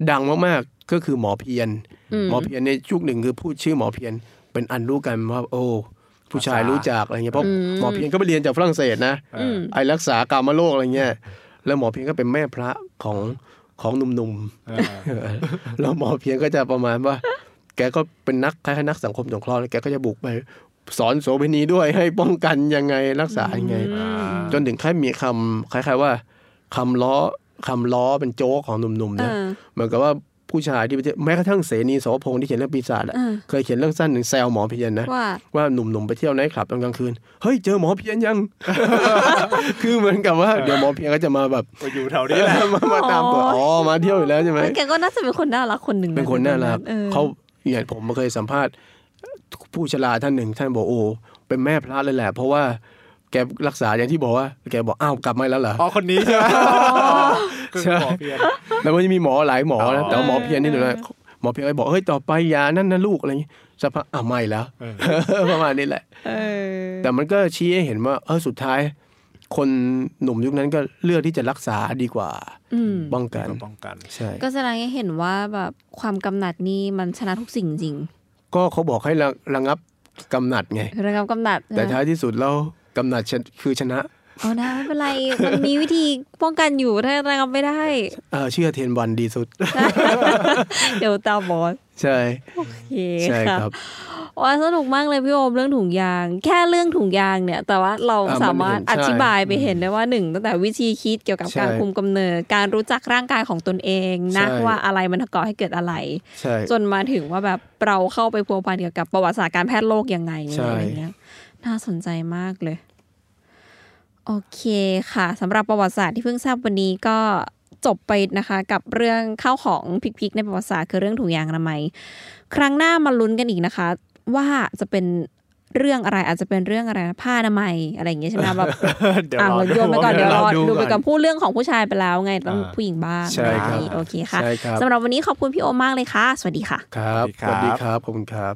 ดังมากๆก็คือหมอเพียร อืม หมอเพียรในยุคหนึ่งคือพูดชื่อหมอเพียรเป็นอันรู้กันว่า โอ้ ผู้ชาย ภาษารู้ รู้จักอะไรเงี้ยเพราะ อืม หมอเพียรก็ไปเรียนจากฝรั่งเศสนะ อืม ไอรักษากามโรคอะไรเงี้ยแล้วหมอเพียรก็เป็นแม่พระของของหนุ่ม อ่า ๆเออแล้วหมอเพียรก็จะประมาณว่า แกก็เป็นนักคล้ายๆนักสังคมสงเคราะห์แล้วแกก็จะบุกไป สอนโสเภณีด้วยให้ป้องกันยังไงรักษายังไง อืม จนถึงขั้นมีคำคล้าย ๆว่าคำล้อคำล้อเป็นโจ๊กของหนุ่มๆ เอ นะ อ เหมือนกับว่าผู้ชายที่ประเทศแม้กระทั่งเสนีโสพงษ์ที่เขียนเรื่องปีศาจอะ อ่า เคยเขียนเรื่องสั้นหนึ่งแซวหมอเพียรนะ ว่า ว่าหนุ่มๆไปเที่ยวไนท์คลับตอนกลางคืน เฮ้ย เจอหมอเพียรยัง [LAUGHS] คือเหมือนกับว่าเดี๋ยวหมอเพียรก็จะมาแบบ ไปอยู่แถวนี้แหละ มามาตามตัว อ๋อ มาเที่ยวอยู่แล้วใช่ไหม แกก็น่าจะเป็นคนน่ารักคนหนึ่งะ เป็นคนน่ารัก ออ เขาอย่างผมเคยสัมภาษณ์ผู้ชราท่านหนึ่งท่านบอกโอ้เป็นแม่พระเลยแหละ เพราะว่าแกรักษาอย่างที่บอกว่าแกบอกอ้าวกลับมาแล้วเหรอ อ๋อ คนนี้ใช่ไหมคือหมอเพียร แล้วมันจะมีหมอหลายหมอนะ อ๋อ แต่ว่าหมอเพียรนี่หนูนะหมอเพียรก็บอกเฮ้ยต่อไปยานั่นนะลูกอะไรอย่างงี้สักพักอ่ะไม่แล้ว เออ [LAUGHS] ประมาณนี้แหละ เออ แต่มันก็ชี้ให้เห็นว่าเออสุดท้าย คนหนุ่มยุคนั้นก็เลือกที่จะรักษาดีกว่า อืม ป้องกัน ก็ป้องกัน ใช่ ก็แสดงให้เห็นว่าแบบความกำหนัดนี่มันชนะทุกสิ่งจริง ก็เขาบอกให้ระระงับกำหนัดไง เรื่องความกำหนัด แต่ นะ ท้ายที่สุดแล้วกำหนัดชนะคือชนะ เอานะไม่ [LAUGHS] เป็นไร มันมีวิธีป้องกันอยู่ถ้าระงับไม่ได้ เออเชื่อเทนวันดี [LAUGHS] สุด เดี๋ยวตาบอด ใช่ โอเค ใช่ ค่ะ ครับ ว้าสนุกมากเลยพี่โอมเรื่องถุงยาง แค่เรื่องถุงยางเนี่ย แต่ว่าเรา อ่ะ สามารถ มันเห็น อ ใช่ ธิบายไปเห็นได้ว่าหนึ่งตั้งแต่วิธีคิดเกี่ยวกับ ใช่ การคุมกำเนิด การรู้จักร่างกายของตนเองนะ ใช่ ว่าอะไรมันก่อให้เกิดอะไร ใช่ จนมาถึงว่าแบบเราเข้าไปพัวพันเกี่ยวกับประวัติศาสตร์การแพทย์โลกยังไง ใช่ อะไรเงี้ยน่าสนใจมากเลย โอเคค่ะสำหรับประวัติศาสตร์ที่เพิ่งทราบวันนี้ก็จบไปนะคะ กับเรื่องข้าวของพิกๆในประวัติศาสตร์คือเรื่องถุงยางอนามัย ครั้งหน้ามาลุ้นกันอีกนะคะ ว่าจะเป็นเรื่องอะไรอาจจะเป็นเรื่องอะไรนะผ้าอนามัยอะไรอย่างเงี้ยใช่ไหมแบบ เดี๋ยว อ่ะ รอ โยนไปก่อนเดี๋ยวรอ เดี๋ยวรอดู ดูไป ก่ ก่อ อน นพูดเรื่องของผู้ชายไปแล้วไงต้อง อ่า ผู้หญิงบ้าง ใช่ครับ โอเคค่ะ ใช่ครับ สำหรับวันนี้ขอบคุณพี่โอมากเลยค่ะ สวัสดีค่ะ ครับ ส ส วั วั ส ส ดี ดี ค ครับ รับขอบคุณครับ